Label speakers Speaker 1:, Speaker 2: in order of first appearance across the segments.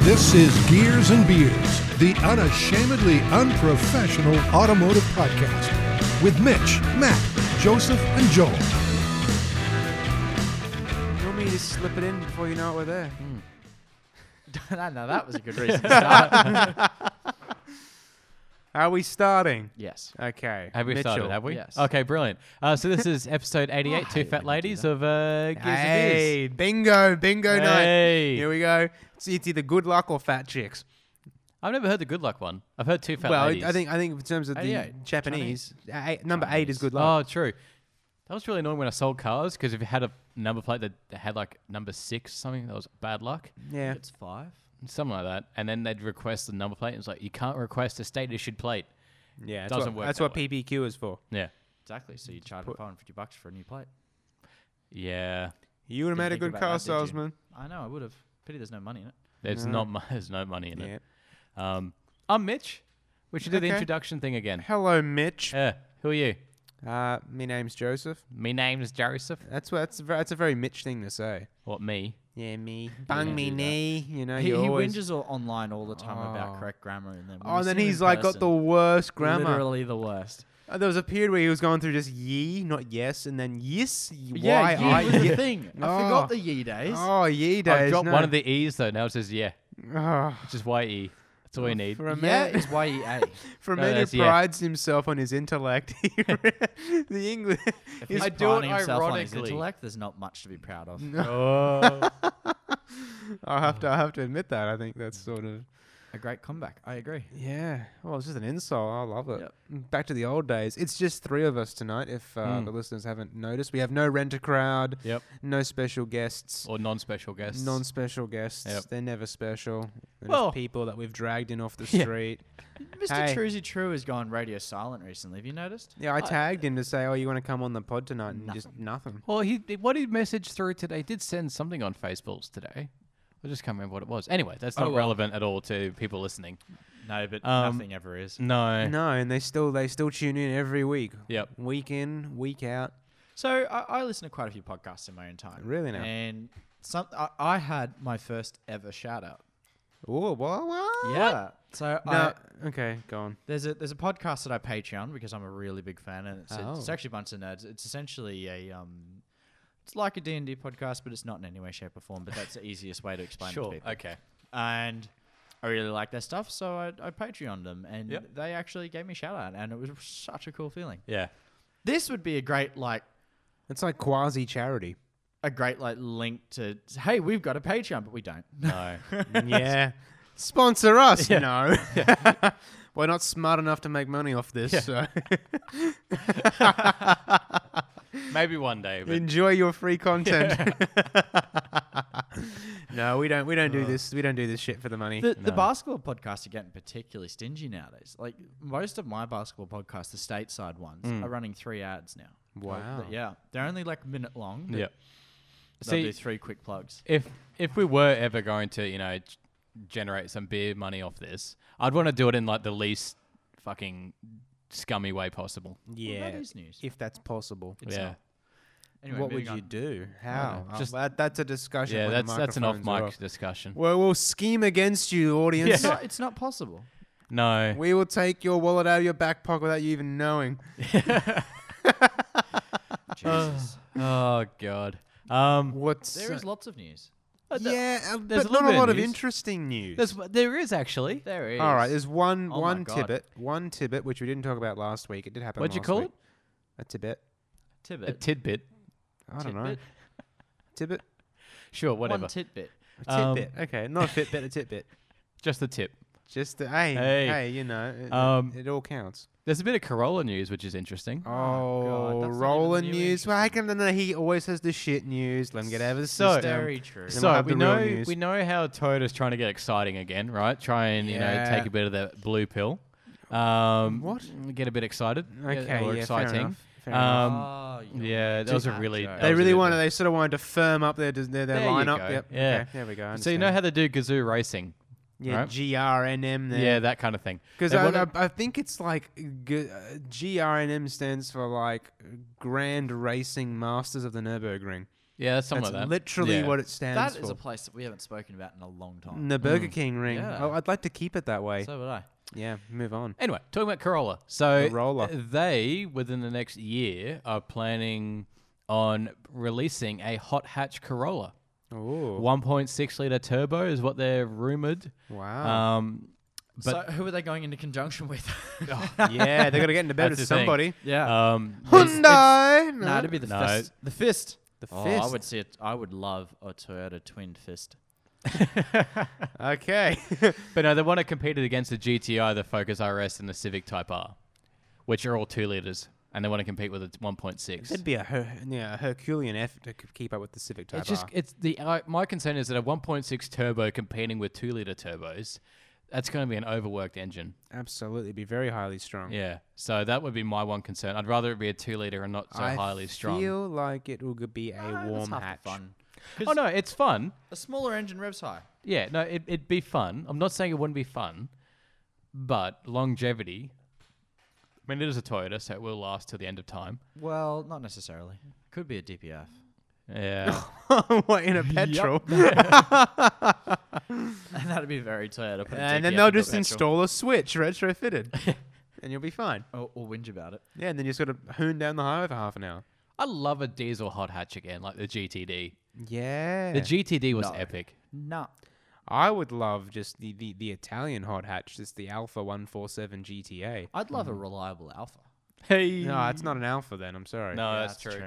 Speaker 1: This is Gears and Beers, the unashamedly unprofessional automotive podcast with Mitch, Matt, Joseph, and Joel.
Speaker 2: You want me to slip it in before you know it we're there?
Speaker 3: now that was a good reason to start.
Speaker 2: Are we starting?
Speaker 3: yes.
Speaker 2: Okay.
Speaker 4: Have we
Speaker 2: Mitchell. Oh,
Speaker 4: started? Have we?
Speaker 3: Yes.
Speaker 4: Okay, brilliant. Uh, so this is episode 88, Two Fat Ladies of uh, Gears
Speaker 2: Hey, bingo, bingo
Speaker 4: and Beers.
Speaker 2: night.
Speaker 4: Hey.
Speaker 2: Here we go. It's, it's either good luck or fat chicks.
Speaker 4: I've never heard the good luck one. I've heard Two Fat
Speaker 2: well,
Speaker 4: Ladies.
Speaker 2: I think I think in terms of the
Speaker 4: 88.
Speaker 2: Japanese, eight, number eight is good luck.
Speaker 4: Oh, true. That was really annoying when I sold cars because if you had a number plate that had like number six something, that was bad luck,
Speaker 2: yeah.
Speaker 3: It's five.
Speaker 4: something like that. And then they'd request the number plate, and it's like you can't request a state issued plate.
Speaker 2: Yeah, that's
Speaker 4: doesn't
Speaker 2: what,
Speaker 4: work
Speaker 2: That's
Speaker 4: that
Speaker 2: what
Speaker 4: way.
Speaker 2: PPQ is for.
Speaker 4: Yeah.
Speaker 3: Exactly. So you charge 550 bucks for a new plate.
Speaker 4: Yeah.
Speaker 2: You would have made a
Speaker 3: think
Speaker 2: good
Speaker 3: about
Speaker 2: car
Speaker 3: that, did you?
Speaker 2: salesman.
Speaker 3: I know. I would have. Pity there's no money in it.
Speaker 4: There's not mu- there's no money in
Speaker 2: Yeah.
Speaker 4: it. Um, I'm Mitch. We should do the
Speaker 2: Okay.
Speaker 4: introduction thing again.
Speaker 2: Hello, Mitch.
Speaker 4: Yeah. Who are you?
Speaker 2: Uh, my name's Joseph.
Speaker 4: Me name's Joseph.
Speaker 2: That's what. That's a, ver- that's a very Mitch thing to say.
Speaker 4: What me?
Speaker 2: Yeah, me. Bang
Speaker 3: Yeah,
Speaker 2: me
Speaker 3: do that.
Speaker 2: knee. You know,
Speaker 3: He,
Speaker 2: you
Speaker 3: he
Speaker 2: always.
Speaker 3: whinges all online all the time
Speaker 2: Oh.
Speaker 3: about correct grammar, and then when
Speaker 2: Oh,
Speaker 3: we
Speaker 2: and then
Speaker 3: see him in
Speaker 2: he's like got the
Speaker 3: person,
Speaker 2: worst grammar.
Speaker 3: literally the worst.
Speaker 2: Uh, There was a period where he was going through just ye, not yes, and then yes, y- why
Speaker 3: yeah,
Speaker 2: I.
Speaker 3: ye was the thing. I
Speaker 2: Oh.
Speaker 3: forgot the ye days.
Speaker 2: Oh, ye days.
Speaker 4: I've dropped
Speaker 2: no.
Speaker 4: one of the E's though. Now it says yeah,
Speaker 2: Ah,
Speaker 4: which is YE. That's all you need.
Speaker 2: for a
Speaker 3: Yeah,
Speaker 2: man,
Speaker 3: it's E YEA.
Speaker 2: for a
Speaker 4: No,
Speaker 2: man who
Speaker 4: that's- yeah.
Speaker 2: prides himself on his intellect, he re- the English.
Speaker 3: If
Speaker 2: is-
Speaker 3: he's
Speaker 4: I do it
Speaker 3: priding himself on his
Speaker 4: ironically.
Speaker 3: intellect, there's not much to be proud of.
Speaker 4: Oh.
Speaker 2: I have to. I have to admit that. I think that's sort of.
Speaker 3: A great comeback. I agree.
Speaker 2: Yeah. Well, it's just an insult. I love it. Mm,
Speaker 3: Yep.
Speaker 2: Back to the old days. It's just three of us tonight. If uh, the listeners haven't noticed, we have no rent a crowd.
Speaker 4: Hmm. yep.
Speaker 2: No special guests.
Speaker 4: Or non-special guests.
Speaker 2: Non-special guests.
Speaker 4: Yep.
Speaker 2: They're never special. They're
Speaker 4: Well-
Speaker 2: just people that we've dragged in off the
Speaker 4: Yeah.
Speaker 2: street.
Speaker 3: Mr.
Speaker 2: Hey.
Speaker 3: Truzy True has gone radio silent recently. Have you noticed?
Speaker 2: Yeah, I tagged him to say, "Oh, you want to come on the pod tonight?" And just nothing.
Speaker 4: well, he what he messaged through today he did send something on Facebooks today. I just can't remember what it was. Anyway, that's not relevant at all to people listening.
Speaker 3: No, but
Speaker 4: Um,
Speaker 3: nothing ever is.
Speaker 4: No.
Speaker 2: No, and they still they still tune in every week.
Speaker 4: Yep.
Speaker 2: Week in, week out.
Speaker 3: So I, I listen to quite a few podcasts in my own time.
Speaker 2: Really now?
Speaker 3: And some I, I had my first ever shout out.
Speaker 2: Oh, what? what?
Speaker 3: Yeah. So I,
Speaker 2: No. Okay, go on.
Speaker 3: there's a there's a podcast that I Patreon because I'm a really big fan, and it's, it's
Speaker 2: Oh.
Speaker 3: actually a bunch of nerds. It's essentially a um, it's like a D and D podcast, but it's not in any way, shape, or form. But that's the easiest way to explain it to
Speaker 4: Sure.
Speaker 3: people.
Speaker 4: Okay.
Speaker 3: and I really like their stuff, so I, I Patreoned them, and
Speaker 4: Yep.
Speaker 3: they actually gave me a shout out, and it was such a cool feeling.
Speaker 4: Yeah.
Speaker 3: This would be a great like
Speaker 2: It's like quasi charity.
Speaker 3: a great like link to hey, we've got a Patreon, but we don't.
Speaker 4: No.
Speaker 2: yeah. Sponsor us? No. We're not smart enough to make money off this. So
Speaker 4: Maybe one day. But
Speaker 2: enjoy your free content. no, we don't. We don't do this. We don't do this shit for the money.
Speaker 3: The, the basketball podcasts are getting particularly stingy nowadays. Like most of my basketball podcasts, the stateside ones, are running three ads now.
Speaker 2: Mm. wow.
Speaker 3: But yeah, they're only like a minute long. But
Speaker 4: yeah.
Speaker 3: they'll
Speaker 4: See-
Speaker 3: do three quick plugs.
Speaker 4: if if we were ever going to you know g- generate some beer money off this i'd want to do it in like the least fucking scummy way possible
Speaker 2: Yeah.
Speaker 3: well, that is news.
Speaker 2: if that's possible.
Speaker 4: yeah
Speaker 3: not. Anyway,
Speaker 2: what would
Speaker 3: moving
Speaker 2: you
Speaker 3: on.
Speaker 2: do? How?
Speaker 4: know.
Speaker 2: Uh,
Speaker 4: Just-
Speaker 2: that, that's a discussion.
Speaker 4: yeah
Speaker 2: when the
Speaker 4: that's that's an off mic
Speaker 2: microphone's off.
Speaker 4: discussion
Speaker 2: Well, we'll scheme against you, audience.
Speaker 3: It's not, it's not possible.
Speaker 4: no
Speaker 2: We will take your wallet out of your back pocket without you even knowing.
Speaker 3: Jesus.
Speaker 2: Uh,
Speaker 4: oh god um
Speaker 2: What's uh,
Speaker 3: There is lots of news.
Speaker 2: yeah, uh,
Speaker 4: there's
Speaker 2: but
Speaker 4: a
Speaker 2: not a
Speaker 4: little bit of
Speaker 2: lot of
Speaker 4: news.
Speaker 2: interesting news.
Speaker 4: there's there is actually
Speaker 3: There is.
Speaker 2: All right, there's one
Speaker 3: Oh my
Speaker 2: one
Speaker 3: God.
Speaker 2: tidbit, one tidbit which we didn't talk about last week. It did happen.
Speaker 4: what'd you
Speaker 2: last
Speaker 4: call
Speaker 2: week.
Speaker 4: it
Speaker 2: A tidbit.
Speaker 3: Tibbet.
Speaker 4: a tidbit
Speaker 2: I don't know.
Speaker 3: Tidbit?
Speaker 2: Tidbit.
Speaker 4: sure whatever
Speaker 3: One tidbit.
Speaker 2: A
Speaker 4: Um,
Speaker 2: tidbit. okay, not a Fitbit, a tidbit.
Speaker 4: just the tip
Speaker 2: Just a, hey, hey,
Speaker 4: Hey.
Speaker 2: you know, it,
Speaker 4: Um,
Speaker 2: it all counts.
Speaker 4: there's a bit of corolla news which is interesting
Speaker 2: Oh,
Speaker 3: that's not even
Speaker 2: rolling
Speaker 3: new
Speaker 2: news. Well, I can. No, no, he always has the shit news. Let him get out of his
Speaker 4: So-
Speaker 2: system.
Speaker 3: Very true.
Speaker 2: Then we'll
Speaker 4: so
Speaker 2: have
Speaker 4: we
Speaker 2: the real
Speaker 4: know
Speaker 2: news.
Speaker 4: we know how Toyota's trying to get exciting again, right? Try and
Speaker 2: Yeah.
Speaker 4: you know take a bit of the blue pill. Um,
Speaker 2: What?
Speaker 4: Get a bit excited. get-
Speaker 2: Okay, yeah,
Speaker 4: or
Speaker 2: fair
Speaker 4: exciting.
Speaker 2: enough, fair enough.
Speaker 4: um,
Speaker 3: Oh, you're
Speaker 4: yeah, that was a
Speaker 3: that
Speaker 4: really.
Speaker 3: joke.
Speaker 4: that
Speaker 2: They
Speaker 4: was a
Speaker 2: really
Speaker 4: good
Speaker 2: wanted.
Speaker 4: one.
Speaker 2: They sort of wanted to firm up their their, their
Speaker 4: There you
Speaker 2: lineup.
Speaker 4: go,
Speaker 2: Yep.
Speaker 4: yeah.
Speaker 2: Okay, there we go. I
Speaker 4: So you know
Speaker 2: understand.
Speaker 4: how they do Gazoo racing,
Speaker 2: yeah,
Speaker 4: right?
Speaker 2: GRNM there.
Speaker 4: yeah, that kind of thing.
Speaker 2: Because
Speaker 4: They
Speaker 2: I,
Speaker 4: wanted-
Speaker 2: I, I think it's like g- uh, GRNM stands for like Grand Racing Masters of the Nurburgring.
Speaker 4: Yeah, that's something
Speaker 2: That's
Speaker 4: like that.
Speaker 2: literally
Speaker 4: Yeah.
Speaker 2: what it stands
Speaker 3: That
Speaker 2: for.
Speaker 3: is a place that we haven't spoken about in a long time.
Speaker 2: And the Burger
Speaker 4: Hmm.
Speaker 2: King ring.
Speaker 3: Yeah.
Speaker 2: Oh, I'd like to keep it that way.
Speaker 3: So would I.
Speaker 2: yeah, move on.
Speaker 4: Anyway, talking about Corolla. So
Speaker 2: Corolla.
Speaker 4: they, within the next year, are planning on releasing a hot hatch Corolla.
Speaker 2: Oh,
Speaker 4: 1.6 liter turbo is what they're rumored.
Speaker 2: wow.
Speaker 4: Um, but
Speaker 3: so who are they going into conjunction with?
Speaker 2: yeah, they're gonna get into bed
Speaker 4: That's
Speaker 2: with
Speaker 4: the thing.
Speaker 2: somebody.
Speaker 3: yeah.
Speaker 4: um,
Speaker 2: Hyundai.
Speaker 3: no, it'd be the
Speaker 4: No.
Speaker 3: fist. The fist.
Speaker 2: The
Speaker 3: Oh, I
Speaker 2: fist.
Speaker 3: would see it. I would love a Toyota twin fist.
Speaker 2: Okay.
Speaker 4: but no, they want to compete it against the GTI, the Focus RS, and the Civic Type R, which are all two liters, and they want to compete with a 1.6.
Speaker 2: It'd be a her- yeah, a Herculean effort to c- keep up with the Civic Type
Speaker 4: It's just
Speaker 2: R.
Speaker 4: it's the I my concern is that a 1.6 turbo competing with two liter turbos, that's going to be an overworked engine.
Speaker 2: Absolutely, be very highly strong.
Speaker 4: Yeah, so that would be my one concern. I'd rather it be a two liter and not so
Speaker 2: I
Speaker 4: highly strong.
Speaker 2: feel like it will g- be a
Speaker 3: Ah, that's
Speaker 2: warm
Speaker 3: half the
Speaker 2: hatch.
Speaker 3: Fun.
Speaker 4: oh no, it's fun.
Speaker 3: A smaller engine revs high.
Speaker 4: Yeah, no, it, it'd be fun. I'm not saying it wouldn't be fun, but longevity. I mean, it is a Toyota, so it will last till the end of time.
Speaker 3: Well, not necessarily. Could be a DPF.
Speaker 4: Yeah,
Speaker 2: what in a petrol?
Speaker 3: And that'd be very Toyota. put a
Speaker 2: And
Speaker 3: DPF
Speaker 2: then they'll
Speaker 3: into a
Speaker 2: just
Speaker 3: petrol.
Speaker 2: install a switch retrofitted, and you'll be fine.
Speaker 3: Or, or whinge about it.
Speaker 2: Yeah, and then you just got to hoon down the highway for half an hour.
Speaker 4: I love a diesel hot hatch again, like the GTD.
Speaker 2: Yeah,
Speaker 4: The GTD was
Speaker 3: No.
Speaker 4: epic.
Speaker 3: No.
Speaker 2: I would love just the, the, the Italian hot hatch, just the Alpha 147 GTA.
Speaker 3: I'd love a reliable Alpha.
Speaker 4: Hey,
Speaker 2: No, it's not an Alpha then, I'm sorry.
Speaker 4: No,
Speaker 3: Yeah,
Speaker 4: that's, true.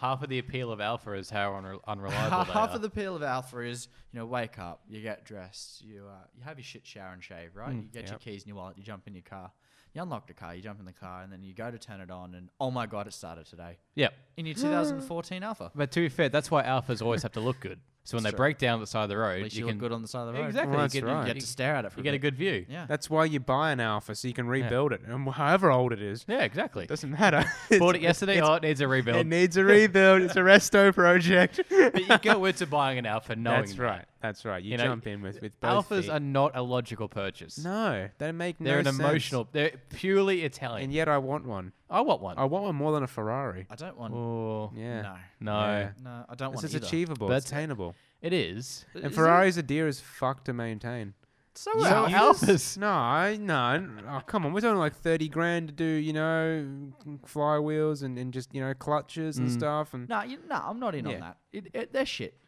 Speaker 4: Half of the appeal of Alpha is how unre- unreliable they
Speaker 3: Half
Speaker 4: are.
Speaker 3: of the appeal of alpha is, you know, wake up, you get dressed, you uh, you have your shit shower and shave, right?
Speaker 2: Mm,
Speaker 3: you get your keys in your wallet, you jump in your car, you unlock the car, you jump in the car, and then you go to turn it on, and oh my god, it started today
Speaker 4: Yep.
Speaker 3: in your 2014 alpha.
Speaker 4: But to be fair, that's why Alphas always have to look good. So when they break down the side of the
Speaker 3: At
Speaker 4: road,
Speaker 3: least
Speaker 4: you,
Speaker 3: you,
Speaker 4: can
Speaker 3: look good on the side of the road.
Speaker 4: exactly.
Speaker 2: Well,
Speaker 4: you
Speaker 2: that's
Speaker 4: get- you,
Speaker 2: right.
Speaker 4: get,
Speaker 3: You get to stare at it for
Speaker 4: you get a
Speaker 3: bit.
Speaker 4: good view.
Speaker 3: Yeah.
Speaker 2: That's why you buy an Alpha, so you can rebuild it. And however old it is,
Speaker 4: Yeah, exactly.
Speaker 2: it doesn't matter. It's-
Speaker 4: Bought it yesterday.
Speaker 2: it's-
Speaker 4: Oh, it needs a rebuild.
Speaker 2: It needs a rebuild. It's a resto project.
Speaker 4: but you go into buying an Alpha knowing
Speaker 2: That's
Speaker 4: that.
Speaker 2: right. That's right. You,
Speaker 4: You know,
Speaker 2: jump in with, with both
Speaker 4: Alphas
Speaker 2: feet.
Speaker 4: are not a logical purchase.
Speaker 2: No, they make
Speaker 4: They're
Speaker 2: no
Speaker 4: an
Speaker 2: sense.
Speaker 4: emotional. They're purely Italian.
Speaker 2: And yet I want one.
Speaker 4: I want one.
Speaker 2: I want one more than a Ferrari.
Speaker 3: I don't want.
Speaker 4: Oh,
Speaker 2: Yeah.
Speaker 3: No.
Speaker 4: no,
Speaker 2: Yeah.
Speaker 3: No, I don't
Speaker 2: This
Speaker 3: want.
Speaker 2: is
Speaker 3: either.
Speaker 2: achievable.
Speaker 4: That's-
Speaker 2: It's attainable.
Speaker 4: it is.
Speaker 2: And Ferraris are dear as fuck to maintain.
Speaker 3: So
Speaker 4: So
Speaker 3: are
Speaker 4: Alphas.
Speaker 2: No, I- no. n- Oh, come on. We're talking like 30 grand to do, you know, flywheels and, and just, you know, clutches
Speaker 4: Mm.
Speaker 2: and stuff. And,
Speaker 3: No, you, no, I'm not in
Speaker 2: Yeah.
Speaker 3: on that. It, it, they're shit.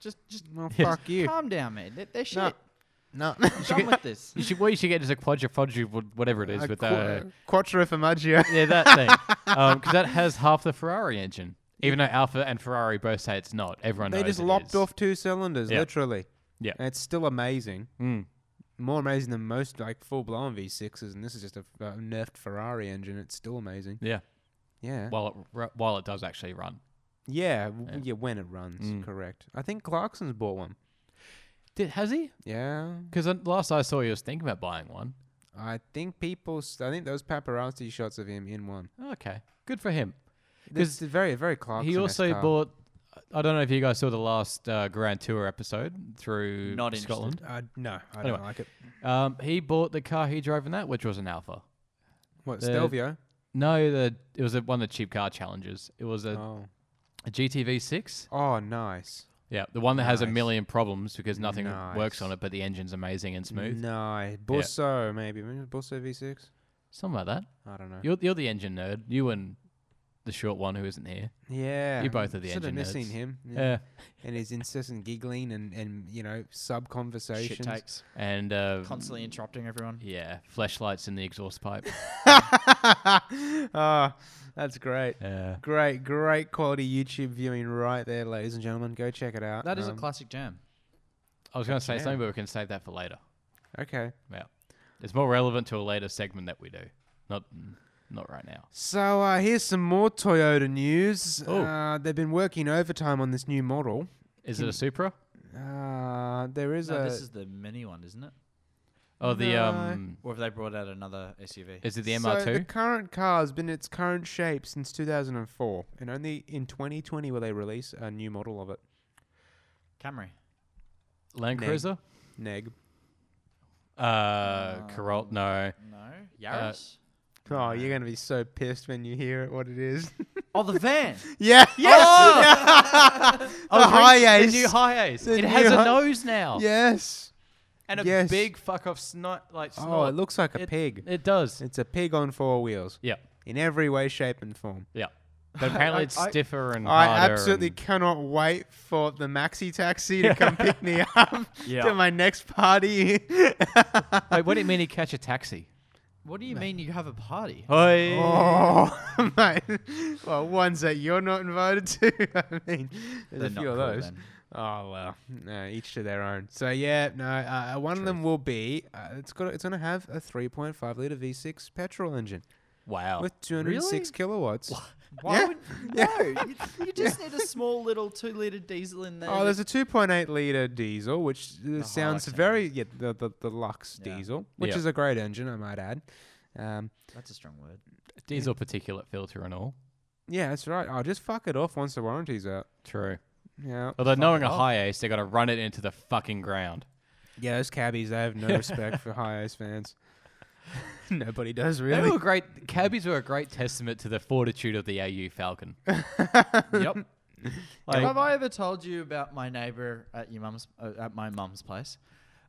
Speaker 3: Just, just
Speaker 2: well,
Speaker 4: Yes.
Speaker 2: fuck you.
Speaker 3: calm down, man. They're, they're shit.
Speaker 2: No.
Speaker 3: I'm done with this.
Speaker 4: You should, what you should get is a quadrifodri, whatever it is, with uh, that.
Speaker 2: Quattro Formaggio.
Speaker 4: Yeah, that thing. Because that has half the Ferrari engine. Even though Alpha and Ferrari both say it's not, everyone
Speaker 2: They
Speaker 4: knows
Speaker 2: just
Speaker 4: it
Speaker 2: lopped
Speaker 4: is.
Speaker 2: off two cylinders,
Speaker 4: Yeah.
Speaker 2: literally.
Speaker 4: Yeah.
Speaker 2: And it's still amazing.
Speaker 4: Mm.
Speaker 2: More amazing than most like full blown V6s, and this is just a uh, nerfed Ferrari engine. It's still amazing.
Speaker 4: Yeah,
Speaker 2: Yeah.
Speaker 4: while it, ru- while it does actually run.
Speaker 2: yeah, w- yeah. when it runs,
Speaker 4: Mm.
Speaker 2: correct. I think Clarkson's bought one.
Speaker 4: Did, has he?
Speaker 2: Yeah.
Speaker 4: Because last I saw, he was thinking about buying one.
Speaker 2: I think people, s- I think those paparazzi shots of him in one.
Speaker 4: Okay, good for him.
Speaker 2: It's very, very Clarkson.
Speaker 4: he also bought. I don't know if you guys saw the last uh, Grand Tour episode through
Speaker 3: Not interested.
Speaker 4: Scotland.
Speaker 2: Uh, no, I
Speaker 4: Anyway.
Speaker 2: don't like it.
Speaker 4: Um, he bought the car he drove in that, which was an Alpha.
Speaker 2: What,
Speaker 4: The-
Speaker 2: Stelvio?
Speaker 4: No, the it was a, one of the cheap car challenges. It was a,
Speaker 2: Oh.
Speaker 4: a GTV6.
Speaker 2: Oh, nice.
Speaker 4: Yeah, the one that has a
Speaker 2: Nice.
Speaker 4: million problems because nothing
Speaker 2: Nice.
Speaker 4: works on it, but the engine's amazing and smooth.
Speaker 2: Nice. Busso, maybe. Maybe Busso V6?
Speaker 4: Something like that.
Speaker 2: I don't know.
Speaker 4: You're you're the engine nerd. You and the short one who isn't here.
Speaker 2: yeah.
Speaker 4: you both are the
Speaker 2: Sort of
Speaker 4: engine
Speaker 2: missing
Speaker 4: nerds.
Speaker 2: him.
Speaker 4: Yeah.
Speaker 2: and his incessant giggling and, and you know sub conversations.
Speaker 3: Shit takes.
Speaker 4: and uh,
Speaker 3: Constantly interrupting everyone.
Speaker 4: yeah, flashlights in the exhaust pipe.
Speaker 2: Ah, that's great.
Speaker 4: Yeah.
Speaker 2: Great, great quality YouTube viewing right there, ladies and gentlemen. Go check it out.
Speaker 3: That is
Speaker 2: Um,
Speaker 3: a classic jam.
Speaker 4: I was going to say something, but we can save that for later.
Speaker 2: okay.
Speaker 4: Yeah, it's more relevant to a later segment that we do. Not not right now.
Speaker 2: So uh, here's some more Toyota news.
Speaker 4: Oh.
Speaker 2: Uh, they've been working overtime on this new model.
Speaker 4: Is it a Supra?
Speaker 2: Uh, there is
Speaker 3: No,
Speaker 2: a
Speaker 3: this is the mini one, isn't it?
Speaker 4: Oh, the
Speaker 2: No.
Speaker 4: um,
Speaker 3: Or have they brought out another SUV?
Speaker 4: is it the
Speaker 2: So the
Speaker 4: MR2?
Speaker 2: current car has been its current shape since 2004, and only in 2020 will they release a new model of it.
Speaker 3: Camry.
Speaker 4: Land
Speaker 2: Neg.
Speaker 4: Cruiser?
Speaker 2: Neg.
Speaker 4: Uh, Corolla? No.
Speaker 3: No. Yaris. Uh,
Speaker 2: Oh, you're going to be so pissed when you hear it, what it is.
Speaker 3: Oh, the van.
Speaker 5: Yeah. Yes.
Speaker 4: Oh,
Speaker 5: the high
Speaker 4: the
Speaker 5: ace.
Speaker 4: new high ace.
Speaker 5: The
Speaker 4: it has
Speaker 5: new
Speaker 4: a
Speaker 5: hi-
Speaker 4: nose now.
Speaker 2: Oh.
Speaker 5: Yes.
Speaker 4: And a
Speaker 5: yes.
Speaker 4: big fuck off snot like snort.
Speaker 2: Oh, it looks like a
Speaker 4: It-
Speaker 2: pig.
Speaker 4: It does.
Speaker 2: It's a pig on four wheels
Speaker 4: Yeah.
Speaker 2: in every way, shape, and form.
Speaker 4: Yeah. But apparently it's
Speaker 3: I-
Speaker 4: stiffer and
Speaker 2: I
Speaker 4: harder
Speaker 2: absolutely
Speaker 4: and-
Speaker 2: cannot wait for the maxi taxi to come pick me up
Speaker 3: Yeah.
Speaker 2: to my next party.
Speaker 4: Wait, what do you mean he catch a taxi?
Speaker 3: What do you mean you have a party?
Speaker 4: Oh.
Speaker 2: oh, mate. Well, ones that you're not invited to. I mean, there's
Speaker 3: They're
Speaker 2: a
Speaker 3: not
Speaker 2: few of
Speaker 3: cool
Speaker 2: those.
Speaker 3: then.
Speaker 2: Oh well, no, each to their own. So yeah, no, uh, one of them will be. Uh, it's got. It's going to have a 3.5 liter V6 petrol engine
Speaker 4: Wow.
Speaker 2: with 206
Speaker 3: Really?
Speaker 2: kilowatts.
Speaker 3: Why
Speaker 2: Yeah.
Speaker 3: would no? You, you just need a small little two liter diesel in there.
Speaker 2: Oh, there's a 2.8 liter diesel, which uh, sounds
Speaker 3: Hilux
Speaker 2: very yeah the the, the Lux
Speaker 3: Yeah.
Speaker 2: diesel, which
Speaker 4: Yeah.
Speaker 2: is a great engine, I might add. Um,
Speaker 3: That's a strong word.
Speaker 4: Diesel particulate filter and all.
Speaker 2: yeah, that's right. I'll just fuck it off once the warranty's out.
Speaker 4: True.
Speaker 2: Yeah,
Speaker 4: Although knowing a
Speaker 2: Oh.
Speaker 4: high ace, they got to run it into the fucking ground.
Speaker 2: yeah, those cabbies they have no respect for high ace fans. Nobody does
Speaker 4: They
Speaker 2: really.
Speaker 4: were great. Cabbies were a great testament to the fortitude of the AU Falcon.
Speaker 2: Oh.
Speaker 3: yep.
Speaker 4: Like-
Speaker 3: have I ever told you about my neighbor at your mum's uh, at my mum's place?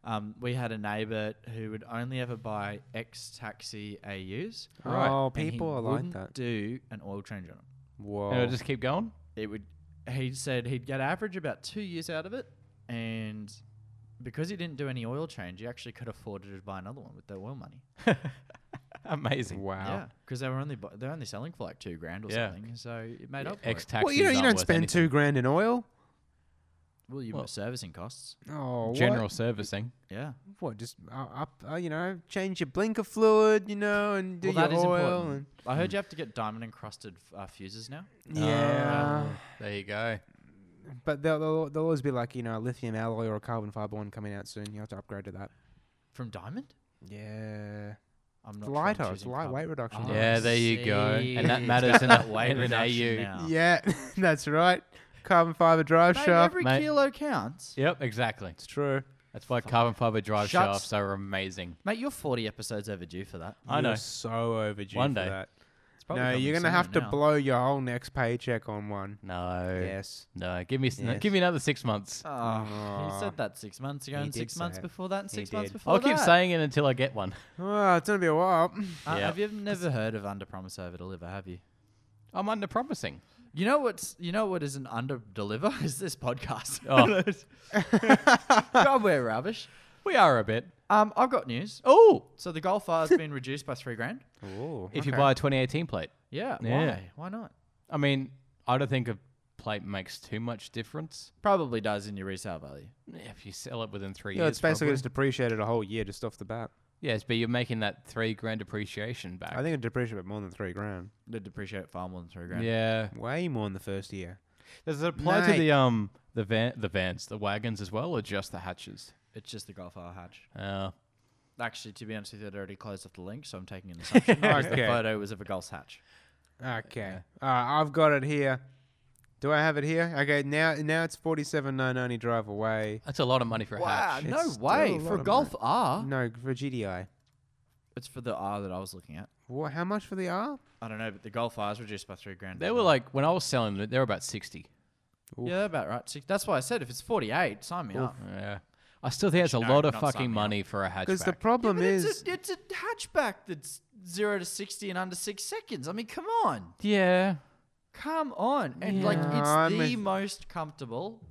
Speaker 3: Um, we had a neighbor who would only ever buy ex taxi AUs.
Speaker 4: Right.
Speaker 2: Oh,
Speaker 3: and he
Speaker 2: people are like
Speaker 3: wouldn't
Speaker 2: that.
Speaker 3: Do an oil change on them.
Speaker 2: Whoa.
Speaker 4: And it'll just keep going.
Speaker 3: It would. He said he'd get average about two years out of it, and because he didn't do any oil change, he actually could afford to buy another one with their oil money.
Speaker 4: Amazing.
Speaker 2: wow.
Speaker 3: Yeah, because they were only bu- they're only selling for like two grand or
Speaker 4: Yeah.
Speaker 3: something, so it made up. For
Speaker 4: Ex
Speaker 3: it.
Speaker 4: taxis.
Speaker 2: well, you know, you don't spend two grand in oil.
Speaker 3: Well, you
Speaker 4: Well-
Speaker 3: servicing costs.
Speaker 2: Oh, what?
Speaker 4: General servicing.
Speaker 3: Yeah.
Speaker 2: What? Just uh, up, uh, you know, change your blinker fluid, you know, and do
Speaker 3: Well, that
Speaker 2: your
Speaker 3: is
Speaker 2: oil.
Speaker 3: important. I heard you have to get diamond encrusted uh, fuses now.
Speaker 2: And, yeah.
Speaker 4: There you go.
Speaker 2: But they'll, they'll, they'll always be like, you know, a lithium alloy or a carbon fiber one coming out soon. You have to upgrade to that.
Speaker 3: From diamond?
Speaker 2: Yeah.
Speaker 3: I'm
Speaker 2: It's
Speaker 3: sure I'm
Speaker 2: lighter. It's
Speaker 3: choosing
Speaker 2: lightweight
Speaker 3: carbon.
Speaker 2: reduction.
Speaker 3: Oh,
Speaker 4: Yeah,
Speaker 3: I
Speaker 4: there you go.
Speaker 3: see.
Speaker 4: And that
Speaker 3: It's
Speaker 4: matters
Speaker 3: got
Speaker 4: in
Speaker 3: that
Speaker 4: a-
Speaker 3: weight
Speaker 4: in an
Speaker 3: reduction
Speaker 4: AU.
Speaker 3: now.
Speaker 2: Yeah, that's right. Carbon fiber drive
Speaker 3: Mate,
Speaker 2: shaft.
Speaker 3: every
Speaker 4: Mate.
Speaker 3: kilo counts.
Speaker 4: Yep, exactly.
Speaker 2: it's true.
Speaker 4: That's why carbon fiber drive
Speaker 3: Shuts-
Speaker 4: shafts are amazing.
Speaker 3: Mate, you're 40 episodes overdue for that.
Speaker 4: I know.
Speaker 2: You're so overdue
Speaker 4: One
Speaker 2: for
Speaker 4: day.
Speaker 2: that.
Speaker 3: It's
Speaker 2: no,
Speaker 3: coming
Speaker 2: you're gonna
Speaker 3: sooner
Speaker 2: have to
Speaker 3: now.
Speaker 2: blow your whole next paycheck on one.
Speaker 4: No.
Speaker 2: Yes.
Speaker 4: No. Give me s no,
Speaker 2: Yes.
Speaker 4: give me another six months.
Speaker 3: Oh, he said that six months ago,
Speaker 2: He
Speaker 3: and
Speaker 2: did
Speaker 3: six
Speaker 2: say
Speaker 3: months
Speaker 2: it.
Speaker 3: before that, and
Speaker 2: He
Speaker 3: six months
Speaker 2: did.
Speaker 3: before
Speaker 4: I'll
Speaker 3: that.
Speaker 4: keep saying it until I get one.
Speaker 2: Well, Ah, it's gonna be a while.
Speaker 3: Uh,
Speaker 4: Yeah.
Speaker 3: Have you never heard of under promise over deliver? Have you?
Speaker 4: I'm under promising.
Speaker 3: You know what's you know what is an under deliver is this podcast.
Speaker 4: Oh.
Speaker 3: God, we're rubbish.
Speaker 4: We are a bit.
Speaker 3: Um, I've got news.
Speaker 4: Oh,
Speaker 3: So the Golf R has been reduced by three grand.
Speaker 2: Oh,
Speaker 4: if you buy a 2018 plate.
Speaker 3: Yeah.
Speaker 4: Yeah.
Speaker 3: Why? Why not?
Speaker 4: I mean, I don't think a plate makes too much difference
Speaker 3: Probably does in your resale value.
Speaker 4: if you sell it within three
Speaker 2: yeah,
Speaker 4: years.
Speaker 2: it's basically
Speaker 4: probably.
Speaker 2: just depreciated a whole year just off the bat.
Speaker 4: yes, but you're making that three grand depreciation back.
Speaker 2: I think it depreciated more than three grand.
Speaker 3: They depreciate far more than three grand.
Speaker 4: Yeah,
Speaker 2: Way more in the first year.
Speaker 4: does it apply to
Speaker 2: Mate.
Speaker 4: the um the van the vans the wagons as well, or just the hatches?
Speaker 3: It's just the Golf R hatch.
Speaker 4: Uh,
Speaker 3: Actually, to be honest with you, they already closed off the link, so I'm taking an assumption. because The
Speaker 2: Okay.
Speaker 3: photo was of a Golf hatch.
Speaker 2: Okay. All right, I've got it here. Do I have it here? Okay, now now it's forty seven nine ninety drive away.
Speaker 4: that's a lot of money for a
Speaker 3: Wow,
Speaker 4: hatch.
Speaker 3: no
Speaker 2: It's still a
Speaker 3: way.
Speaker 2: lot
Speaker 3: For
Speaker 2: of
Speaker 3: Golf R,
Speaker 2: No, for GDI.
Speaker 3: it's for the R that I was looking at.
Speaker 2: What, how much for the R?
Speaker 3: I don't know, but the Golf R is reduced by three grand.
Speaker 4: They were like when I was selling it, they were about sixty.
Speaker 3: yeah, they're about right. Six- That's why I said if it's 48, sign me up.
Speaker 4: Yeah, I still think that's a
Speaker 3: No,
Speaker 4: lot of
Speaker 3: not signing
Speaker 4: fucking
Speaker 3: up.
Speaker 4: money for a
Speaker 2: Because the
Speaker 4: hatchback.
Speaker 2: problem
Speaker 3: But
Speaker 2: is,
Speaker 3: it's, a, it's a hatchback that's zero to 60 in under six seconds. I mean, come on.
Speaker 4: yeah,
Speaker 3: Come on. And like it's
Speaker 2: I'm
Speaker 3: the
Speaker 2: with-
Speaker 3: most comfortable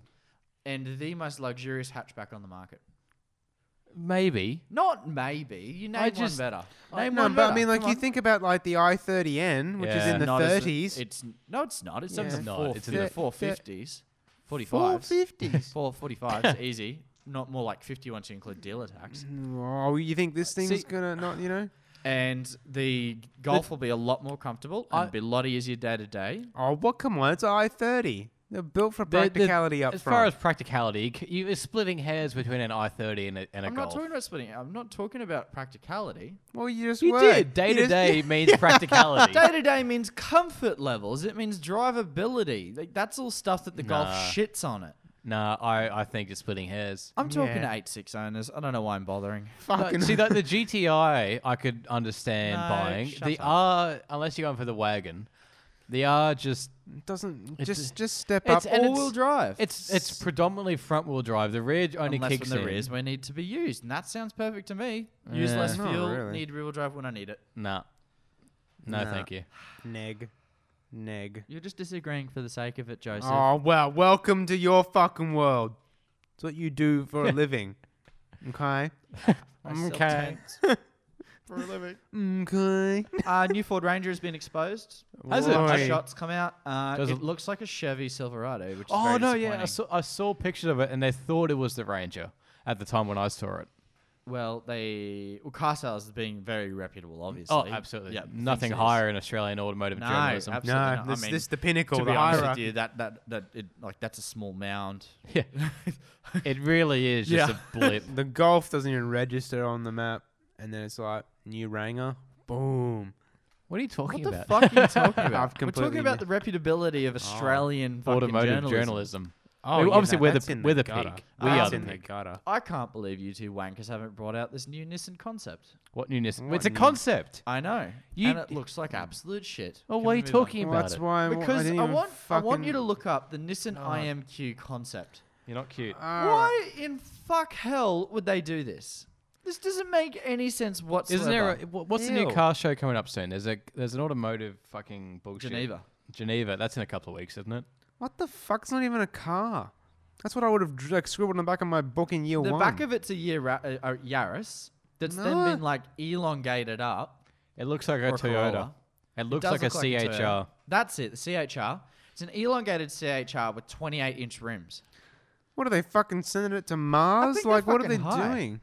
Speaker 3: and the most luxurious hatchback on the market.
Speaker 4: maybe.
Speaker 3: Not maybe. You name
Speaker 4: I just-
Speaker 3: one better.
Speaker 4: I-
Speaker 3: Name
Speaker 4: no,
Speaker 2: but
Speaker 3: one
Speaker 2: I
Speaker 3: better.
Speaker 2: mean, like
Speaker 3: Come
Speaker 2: you
Speaker 3: on.
Speaker 2: think about like the i30n, which is
Speaker 4: Yeah.
Speaker 2: in the
Speaker 3: Not as a-
Speaker 2: thirties.
Speaker 3: It's no, it's not. It's
Speaker 2: Yeah.
Speaker 3: in the
Speaker 4: Not,
Speaker 3: four,
Speaker 4: it's in the
Speaker 3: four
Speaker 2: thir-
Speaker 3: fifties, forty fives,
Speaker 2: 450s.
Speaker 3: four forty fives. Easy. Not more like fifty once you include dealer tax.
Speaker 2: Oh, you think this thing's
Speaker 4: See-
Speaker 2: gonna not? You know?
Speaker 3: And the golf will be a lot more comfortable and
Speaker 4: I-
Speaker 3: be a lot easier day to day.
Speaker 2: Oh, what? Come on, it's i30. They're built for
Speaker 4: The- the-
Speaker 2: practicality up
Speaker 4: as
Speaker 2: front.
Speaker 4: far as practicality, c- you, are splitting hairs between an i30 and a, and a
Speaker 3: I'm not
Speaker 4: Golf.
Speaker 3: talking about splitting. I'm not talking about practicality.
Speaker 2: well, you just
Speaker 4: you
Speaker 2: were.
Speaker 4: did. Day
Speaker 2: You
Speaker 4: to
Speaker 2: just-
Speaker 4: day means practicality.
Speaker 3: Day to day means comfort levels. It means drivability. Like that's all stuff that the golf
Speaker 4: Nah.
Speaker 3: shits on it.
Speaker 4: nah, I, I think it's splitting hairs.
Speaker 3: I'm talking
Speaker 2: Yeah.
Speaker 3: to eight six owners. I don't know why I'm bothering.
Speaker 4: Like, see, like the GTI, I could understand
Speaker 3: No,
Speaker 4: buying.
Speaker 3: shut
Speaker 4: The
Speaker 3: up.
Speaker 4: R, unless you're going for the wagon, They are just
Speaker 2: It doesn't
Speaker 4: It's-
Speaker 2: just just step
Speaker 4: it's-
Speaker 2: up.
Speaker 4: and
Speaker 3: all-wheel drive.
Speaker 4: it's it's predominantly front wheel drive. The rear only
Speaker 3: Unless
Speaker 4: kicks
Speaker 3: when the
Speaker 4: in.
Speaker 3: rears may need to be used, and that sounds perfect to me. Use
Speaker 4: Yeah.
Speaker 3: less
Speaker 2: Not
Speaker 3: fuel,
Speaker 2: really.
Speaker 3: need rear wheel drive when I need it.
Speaker 4: Nah. No,
Speaker 2: Nah.
Speaker 4: thank you.
Speaker 2: Neg, neg.
Speaker 3: You're just disagreeing for the sake of it, Joseph.
Speaker 2: Oh well, welcome to your fucking world. It's what you do for a living. Okay.
Speaker 3: I sell
Speaker 2: okay.
Speaker 3: tents for a living.
Speaker 2: Okay.
Speaker 3: uh, new Ford Ranger has been exposed.
Speaker 4: Has it?
Speaker 3: Lots of
Speaker 2: Oi.
Speaker 3: Shots come out. Uh,
Speaker 4: Does
Speaker 3: it,
Speaker 4: it-
Speaker 3: looks like a Chevy Silverado, which is
Speaker 4: Oh
Speaker 3: very
Speaker 4: no, yeah, I
Speaker 3: disappointing.
Speaker 4: saw I saw pictures of it, and they thought it was the Ranger at the time when I saw it.
Speaker 3: Well, they well, car sales being very reputable, obviously.
Speaker 4: Oh, absolutely.
Speaker 3: Yeah,
Speaker 4: Nothing
Speaker 3: thinks it is.
Speaker 4: higher in Australian automotive
Speaker 3: No,
Speaker 4: journalism.
Speaker 3: absolutely
Speaker 2: No,
Speaker 3: not.
Speaker 2: this
Speaker 3: I mean,
Speaker 2: this the pinnacle.
Speaker 3: To
Speaker 2: the
Speaker 3: be honest with
Speaker 2: hierarchy.
Speaker 3: you, that that that it, like that's a small mound.
Speaker 4: Yeah. it really is just
Speaker 3: Yeah.
Speaker 4: a blip.
Speaker 2: The golf doesn't even register on the map, and then it's like new Ranger. Boom.
Speaker 4: What are you talking
Speaker 3: what the
Speaker 4: about?
Speaker 3: fuck are you talking
Speaker 2: I've
Speaker 3: about? We're talking
Speaker 2: completely
Speaker 3: about the reputability of Australian fucking
Speaker 4: Oh, automotive
Speaker 3: journalism.
Speaker 4: journalism.
Speaker 2: Oh,
Speaker 4: Well,
Speaker 2: yeah,
Speaker 4: obviously
Speaker 2: no,
Speaker 4: we're
Speaker 2: that's
Speaker 4: the
Speaker 2: in
Speaker 4: we're the
Speaker 2: gutter.
Speaker 4: pig. We
Speaker 2: That's
Speaker 4: are
Speaker 2: in
Speaker 4: the
Speaker 2: the
Speaker 4: pig.
Speaker 2: gutter.
Speaker 3: I can't believe you two wankers haven't brought out this new Nissan concept.
Speaker 4: What newness?
Speaker 2: What
Speaker 4: it's a
Speaker 2: new-
Speaker 4: concept.
Speaker 3: I know,
Speaker 4: You-
Speaker 3: and it looks like absolute shit.
Speaker 4: Well,
Speaker 3: Can
Speaker 4: what are
Speaker 3: we
Speaker 4: you
Speaker 3: move on?
Speaker 4: talking
Speaker 2: Well,
Speaker 4: about?
Speaker 2: that's
Speaker 4: it?
Speaker 2: why I wa- I
Speaker 3: Because
Speaker 2: didn't
Speaker 3: I
Speaker 2: even
Speaker 3: want I want you to
Speaker 2: fucking- Oh.
Speaker 3: look up the Nissan IMQ concept.
Speaker 4: You're not cute.
Speaker 3: Um,
Speaker 2: Ah.
Speaker 3: Why in fuck hell would they do this? This doesn't make any sense whatsoever.
Speaker 4: Isn't there? A, wh- what's the new
Speaker 2: Ew.
Speaker 4: car show coming up soon? There's a there's an automotive fucking bullshit.
Speaker 3: Geneva?
Speaker 4: Geneva. That's in a couple of weeks, isn't it?
Speaker 2: What the fuck's not even a car? That's what I would have dr- like scribbled on the back of my book in year
Speaker 3: The
Speaker 2: one.
Speaker 3: back of it's a year ra- uh, uh, Yaris that's then
Speaker 2: No.
Speaker 3: been like elongated up.
Speaker 4: It looks like a
Speaker 3: Or a
Speaker 4: Toyota.
Speaker 3: Corolla.
Speaker 4: It looks
Speaker 3: Does
Speaker 4: like
Speaker 3: look
Speaker 4: a
Speaker 3: Toyota.
Speaker 4: CHR.
Speaker 3: That's it, the CHR. It's an elongated CHR with 28 inch rims.
Speaker 2: what are they fucking sending it to Mars?
Speaker 3: think they're
Speaker 2: Like what are they
Speaker 3: fucking high.
Speaker 2: doing?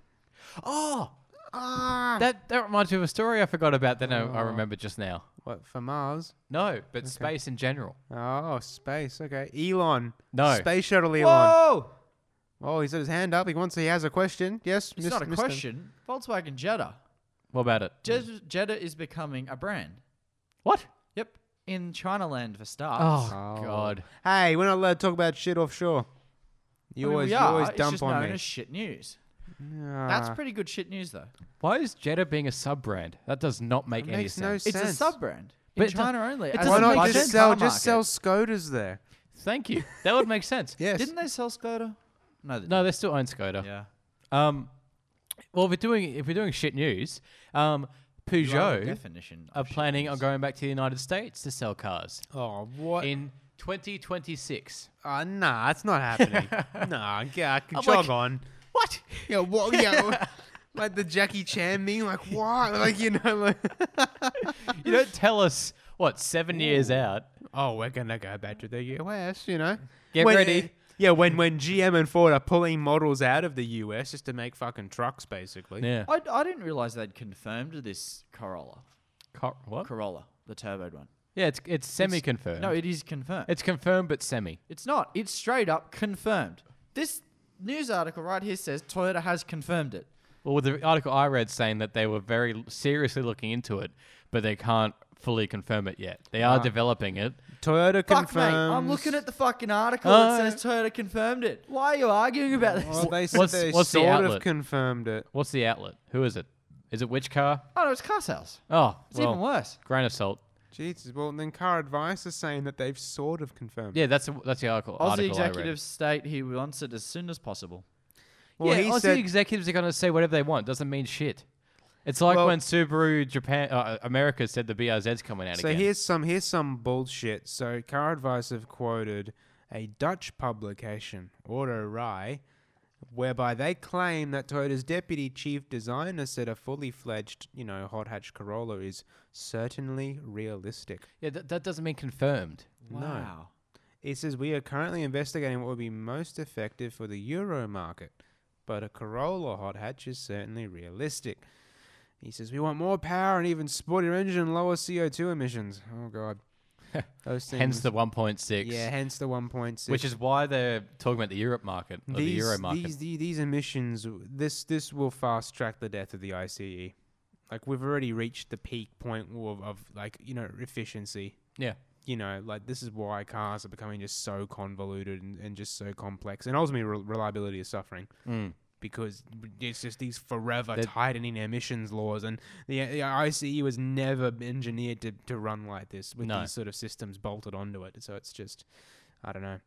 Speaker 4: oh,
Speaker 2: Ah,
Speaker 4: that that reminds me of a story I forgot about. Then I, I remember just now.
Speaker 2: what for Mars?
Speaker 4: No, but space in general.
Speaker 2: Oh, space. Okay, Elon.
Speaker 4: No.
Speaker 2: space shuttle Elon.
Speaker 3: Whoa!
Speaker 2: Oh, he's got his hand up. He wants. He has a question. Yes,
Speaker 3: It's
Speaker 2: Mis-
Speaker 3: not a
Speaker 2: Mr.
Speaker 3: question. Volkswagen Jetta.
Speaker 4: What about it?
Speaker 3: Jed- Jetta is becoming a brand.
Speaker 4: What?
Speaker 3: Yep. In China land for starts.
Speaker 4: Oh,
Speaker 2: Oh.
Speaker 4: God.
Speaker 2: Hey, we're not allowed to talk about shit offshore.
Speaker 3: I
Speaker 2: You
Speaker 3: mean,
Speaker 2: always,
Speaker 3: we
Speaker 2: you
Speaker 3: are.
Speaker 2: always
Speaker 3: it's
Speaker 2: dump
Speaker 3: just
Speaker 2: on
Speaker 3: known
Speaker 2: me.
Speaker 3: as shit news. That's
Speaker 2: Ah,
Speaker 3: pretty good shit news though.
Speaker 4: Why is Jetta being a sub brand? That does not make
Speaker 2: It
Speaker 4: any
Speaker 2: makes no
Speaker 4: sense.
Speaker 3: It's a
Speaker 2: sense.
Speaker 3: sub brand. In
Speaker 4: But it do-
Speaker 3: China only.
Speaker 4: it
Speaker 3: as a
Speaker 2: Why
Speaker 4: doesn't
Speaker 2: not
Speaker 4: make
Speaker 3: budget
Speaker 2: just
Speaker 4: sense.
Speaker 2: sell?
Speaker 3: car
Speaker 2: Just sell
Speaker 3: market.
Speaker 2: Skodas there.
Speaker 4: Thank you. That would make sense.
Speaker 2: Yes.
Speaker 3: Didn't they sell Skoda? No, they
Speaker 4: No, they still own Skoda.
Speaker 3: didn't. Yeah.
Speaker 4: Um, well, if we're doing if we're doing shit news, um,
Speaker 3: You are the
Speaker 4: Peugeot
Speaker 3: definition.
Speaker 4: are
Speaker 3: of shit
Speaker 4: planning on
Speaker 3: news.
Speaker 4: going back to the United States to sell cars
Speaker 2: Oh, what?
Speaker 4: in 2026.
Speaker 2: Uh, nah, it's not happening. nah, yeah,
Speaker 4: I'm
Speaker 2: jog
Speaker 4: like-
Speaker 2: on.
Speaker 4: What?
Speaker 2: Yeah, what? Yeah, like the Jackie Chan meme. Like what? Like you know. Like,
Speaker 4: You don't tell us what seven years out.
Speaker 2: oh, we're gonna go back to the US. You know.
Speaker 4: Get ready.
Speaker 2: Yeah, when when GM and Ford are pulling models out of the US just to make fucking trucks, basically.
Speaker 4: Yeah.
Speaker 3: I, I didn't realize they'd confirmed this Corolla.
Speaker 4: Cor- what?
Speaker 3: Corolla, the turboed one.
Speaker 4: Yeah, it's it's semi confirmed.
Speaker 3: No, it is confirmed.
Speaker 4: it's confirmed but semi.
Speaker 3: It's not. It's straight up confirmed. This news article right here says Toyota has confirmed it.
Speaker 4: Well, the article I read saying that they were very l- seriously looking into it, but they can't fully confirm it yet. They are developing it.
Speaker 2: Toyota
Speaker 3: Fuck, mate. I'm looking at the fucking article
Speaker 4: Oh.
Speaker 3: that says Toyota confirmed it. Why are you arguing about this?
Speaker 2: Well, they said
Speaker 4: What's-
Speaker 2: they
Speaker 4: what's the
Speaker 2: sort of
Speaker 4: outlet?
Speaker 2: confirmed it.
Speaker 4: What's the outlet? Who is it? Is it which car?
Speaker 3: Oh, no, it's car sales.
Speaker 4: Oh,
Speaker 3: It's
Speaker 4: well,
Speaker 3: even worse.
Speaker 4: Grain of salt.
Speaker 2: Jesus. Well, then Car Advice is saying that they've sort of confirmed.
Speaker 4: Yeah, that's the, that's the article.
Speaker 3: Aussie
Speaker 4: article I read.
Speaker 3: executives state he wants it as soon as possible.
Speaker 2: Well,
Speaker 4: yeah,
Speaker 2: he
Speaker 4: Aussie
Speaker 2: said.
Speaker 4: executives are going to say whatever they want. Doesn't mean shit. It's like
Speaker 2: Well-
Speaker 4: when Subaru Japan uh, America said the BRZ's coming out
Speaker 2: so
Speaker 4: again.
Speaker 2: here's some here's some bullshit. So Car Advice have quoted a Dutch publication, Auto Rai, whereby they claim that Toyota's deputy chief designer said a fully fledged, you know, hot hatch Corolla is certainly realistic.
Speaker 4: yeah, that, that doesn't mean confirmed.
Speaker 3: Wow.
Speaker 2: It says we are currently investigating what would be most effective for the euro market, but a Corolla hot hatch is certainly realistic. He says we want more power and even sportier engine, and lower CO2 emissions. Oh God, those things.
Speaker 4: Hence the 1.6.
Speaker 2: yeah, hence the 1.6,
Speaker 4: Which is why they're talking about the Europe market or
Speaker 2: these,
Speaker 4: the Euro market.
Speaker 2: These, the- these emissions, this this will fast track the death of the ICE. Like we've already reached the peak point of, of like you know efficiency
Speaker 4: yeah.
Speaker 2: you know, like this is why cars are becoming just so convoluted and, and just so complex, and ultimately re- reliability is suffering. because it's just these forever
Speaker 4: Mm. That-
Speaker 2: tightening emissions laws, and the, the ICE was never engineered to, to run like this with
Speaker 4: No.
Speaker 2: these sort of systems bolted onto it. So it's just, I don't know.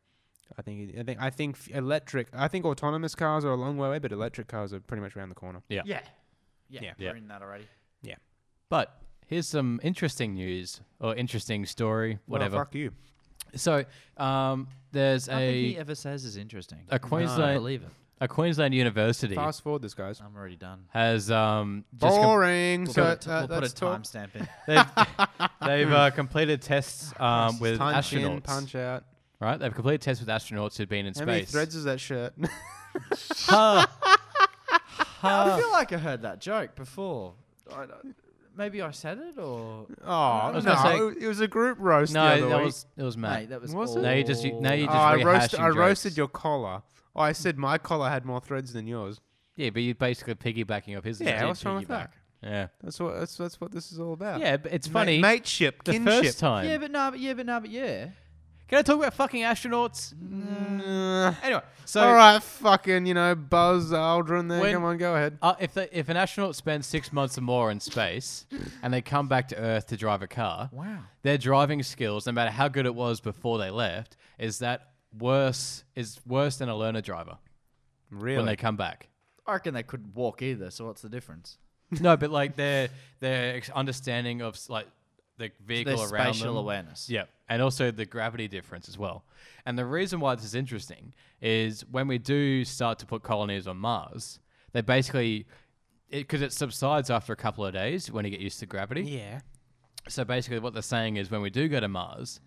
Speaker 2: I think I think I think f- electric. I think autonomous cars are a long way away, but electric cars are pretty much around the corner.
Speaker 4: Yeah.
Speaker 3: Yeah. Yeah.
Speaker 2: Yeah.
Speaker 3: We're
Speaker 4: Yeah.
Speaker 3: in that already.
Speaker 4: But here's some interesting news or interesting story, whatever.
Speaker 2: Well, fuck you.
Speaker 4: so um, there's
Speaker 3: Nothing he
Speaker 4: a
Speaker 2: uh,
Speaker 3: ever says is interesting.
Speaker 4: a
Speaker 3: I
Speaker 4: Queensland
Speaker 3: believe it.
Speaker 4: a Queensland university
Speaker 2: Fast forward this, guys.
Speaker 3: I'm already done.
Speaker 4: has um, just com-
Speaker 2: Boring.
Speaker 3: We'll
Speaker 2: so
Speaker 3: put, a t-
Speaker 2: uh,
Speaker 3: we'll put a
Speaker 2: let's talk-
Speaker 3: timestamp in.
Speaker 4: they've, they've uh, completed tests um, with
Speaker 2: punch
Speaker 4: astronauts.
Speaker 2: in, punch out.
Speaker 4: Right, they've completed tests with astronauts who'd been in
Speaker 2: How many
Speaker 4: space.
Speaker 2: threads is that shirt?
Speaker 3: I feel like I heard that joke before. I, don't- maybe I said it or
Speaker 2: oh
Speaker 4: was gonna say-
Speaker 2: it was a group roast. the
Speaker 4: no,
Speaker 2: other
Speaker 4: that
Speaker 2: week.
Speaker 4: was it was Matt.
Speaker 3: mate, that was
Speaker 2: Was
Speaker 3: all.
Speaker 2: it?
Speaker 4: Now you just- you- now you
Speaker 2: Oh,
Speaker 4: just
Speaker 2: I, roast,
Speaker 4: rehashing
Speaker 2: I roasted
Speaker 4: jokes.
Speaker 2: your collar. Oh, I said my collar had more threads than yours.
Speaker 4: yeah, but you're basically piggybacking off his.
Speaker 2: Yeah,
Speaker 4: idea.
Speaker 2: what's wrong with that?
Speaker 4: Yeah,
Speaker 2: That's what that's, that's what this is all about.
Speaker 4: yeah, but it's
Speaker 2: Ma-
Speaker 4: funny.
Speaker 2: mateship,
Speaker 4: the
Speaker 2: kinship.
Speaker 4: first time.
Speaker 3: Yeah, but no, but yeah, but no, but yeah.
Speaker 4: Can I talk about fucking astronauts?
Speaker 2: Mm,
Speaker 4: Anyway, so
Speaker 2: all right, fucking you know Buzz Aldrin. There,
Speaker 4: When-
Speaker 2: come on, go ahead.
Speaker 4: uh, if they, if an astronaut spends six months or more in space and they come back to Earth to drive a car,
Speaker 3: Wow.
Speaker 4: their driving skills, no matter how good it was before they left, is that worse is worse than a learner driver when they
Speaker 2: Really?
Speaker 4: come back.
Speaker 3: I reckon they could walk either. So what's the difference?
Speaker 4: no, but like their their ex- understanding of s- like the vehicle
Speaker 3: Their
Speaker 4: around
Speaker 3: spatial
Speaker 4: them.
Speaker 3: awareness.
Speaker 4: Yeah, and also the gravity difference as well. And the reason why this is interesting is when we do start to put colonies on Mars, they basically because it, subsides after a couple of days when you get used to gravity.
Speaker 2: Yeah.
Speaker 4: So basically, what they're saying is when we do go to Mars,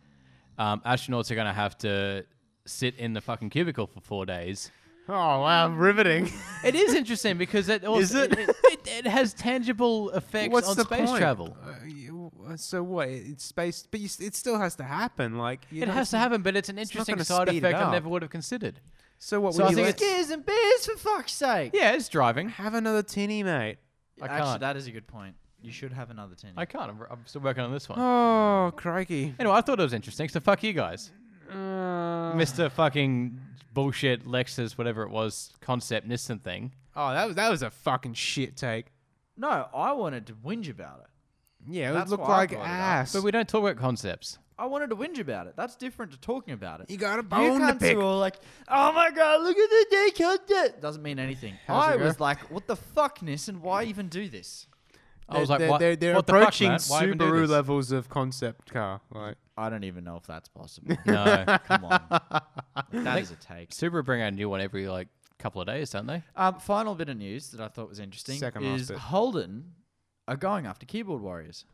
Speaker 4: um, astronauts are going to have to sit in the fucking cubicle for four days.
Speaker 2: Oh wow,
Speaker 4: Mm.
Speaker 2: riveting.
Speaker 4: It is interesting because it also,
Speaker 2: Is it?
Speaker 4: It, it- it has tangible effects
Speaker 2: What's
Speaker 4: on
Speaker 2: the
Speaker 4: space
Speaker 2: point?
Speaker 4: travel.
Speaker 2: Uh, you- uh, so what? it- It's space, but you, s- it still has to happen. Like you
Speaker 4: It
Speaker 2: know,
Speaker 4: has to happen, but it's an
Speaker 2: not
Speaker 4: interesting
Speaker 2: gonna
Speaker 4: side
Speaker 2: speed it
Speaker 4: effect I
Speaker 2: up.
Speaker 4: never would have considered.
Speaker 2: So what?
Speaker 4: So
Speaker 2: will
Speaker 4: I
Speaker 2: you
Speaker 4: think
Speaker 2: let-
Speaker 4: it's-
Speaker 3: Gears and beers for fuck's sake.
Speaker 4: Yeah, it's driving.
Speaker 2: have another tinny, mate.
Speaker 4: I
Speaker 3: Actually,
Speaker 4: can't.
Speaker 3: that is a good point. You should have another tin.
Speaker 4: I can't. I'm, I'm still working on this one.
Speaker 2: Oh crikey!
Speaker 4: Anyway, I thought it was interesting. So fuck you guys,
Speaker 2: Uh,
Speaker 4: Mister Fucking Bullshit Lexus, whatever it was, concept Nissan thing.
Speaker 2: oh, that was that was a fucking shit take.
Speaker 3: No, I wanted to whinge about it.
Speaker 2: Yeah, it
Speaker 3: That's
Speaker 2: looked
Speaker 3: why I
Speaker 2: like
Speaker 3: brought it up.
Speaker 2: ass.
Speaker 4: But we don't talk about concepts.
Speaker 3: I wanted to whinge about it. That's different to talking about it.
Speaker 2: you got a
Speaker 3: you
Speaker 2: bone to
Speaker 3: cunts
Speaker 2: pick.
Speaker 3: are all like, oh my god, look at the day content. Doesn't mean anything.
Speaker 2: How's it
Speaker 3: I
Speaker 2: go?
Speaker 3: was like, what the fuckness and why even do this?
Speaker 4: I was
Speaker 2: They're-
Speaker 4: like,
Speaker 2: they're,
Speaker 4: what?
Speaker 2: they're, they're
Speaker 4: what
Speaker 2: approaching
Speaker 4: the fuck, man? Why even do
Speaker 2: Subaru
Speaker 4: this?
Speaker 2: levels of concept car. Like,
Speaker 3: I don't even know if that's possible.
Speaker 4: No,
Speaker 3: Come on. Like, that is a take.
Speaker 4: Subaru bring out a new one every like couple of days, don't they?
Speaker 3: Um, final bit of news that I thought was interesting
Speaker 2: Second last
Speaker 3: is
Speaker 2: bit.
Speaker 3: Holden are going after Keyboard Warriors.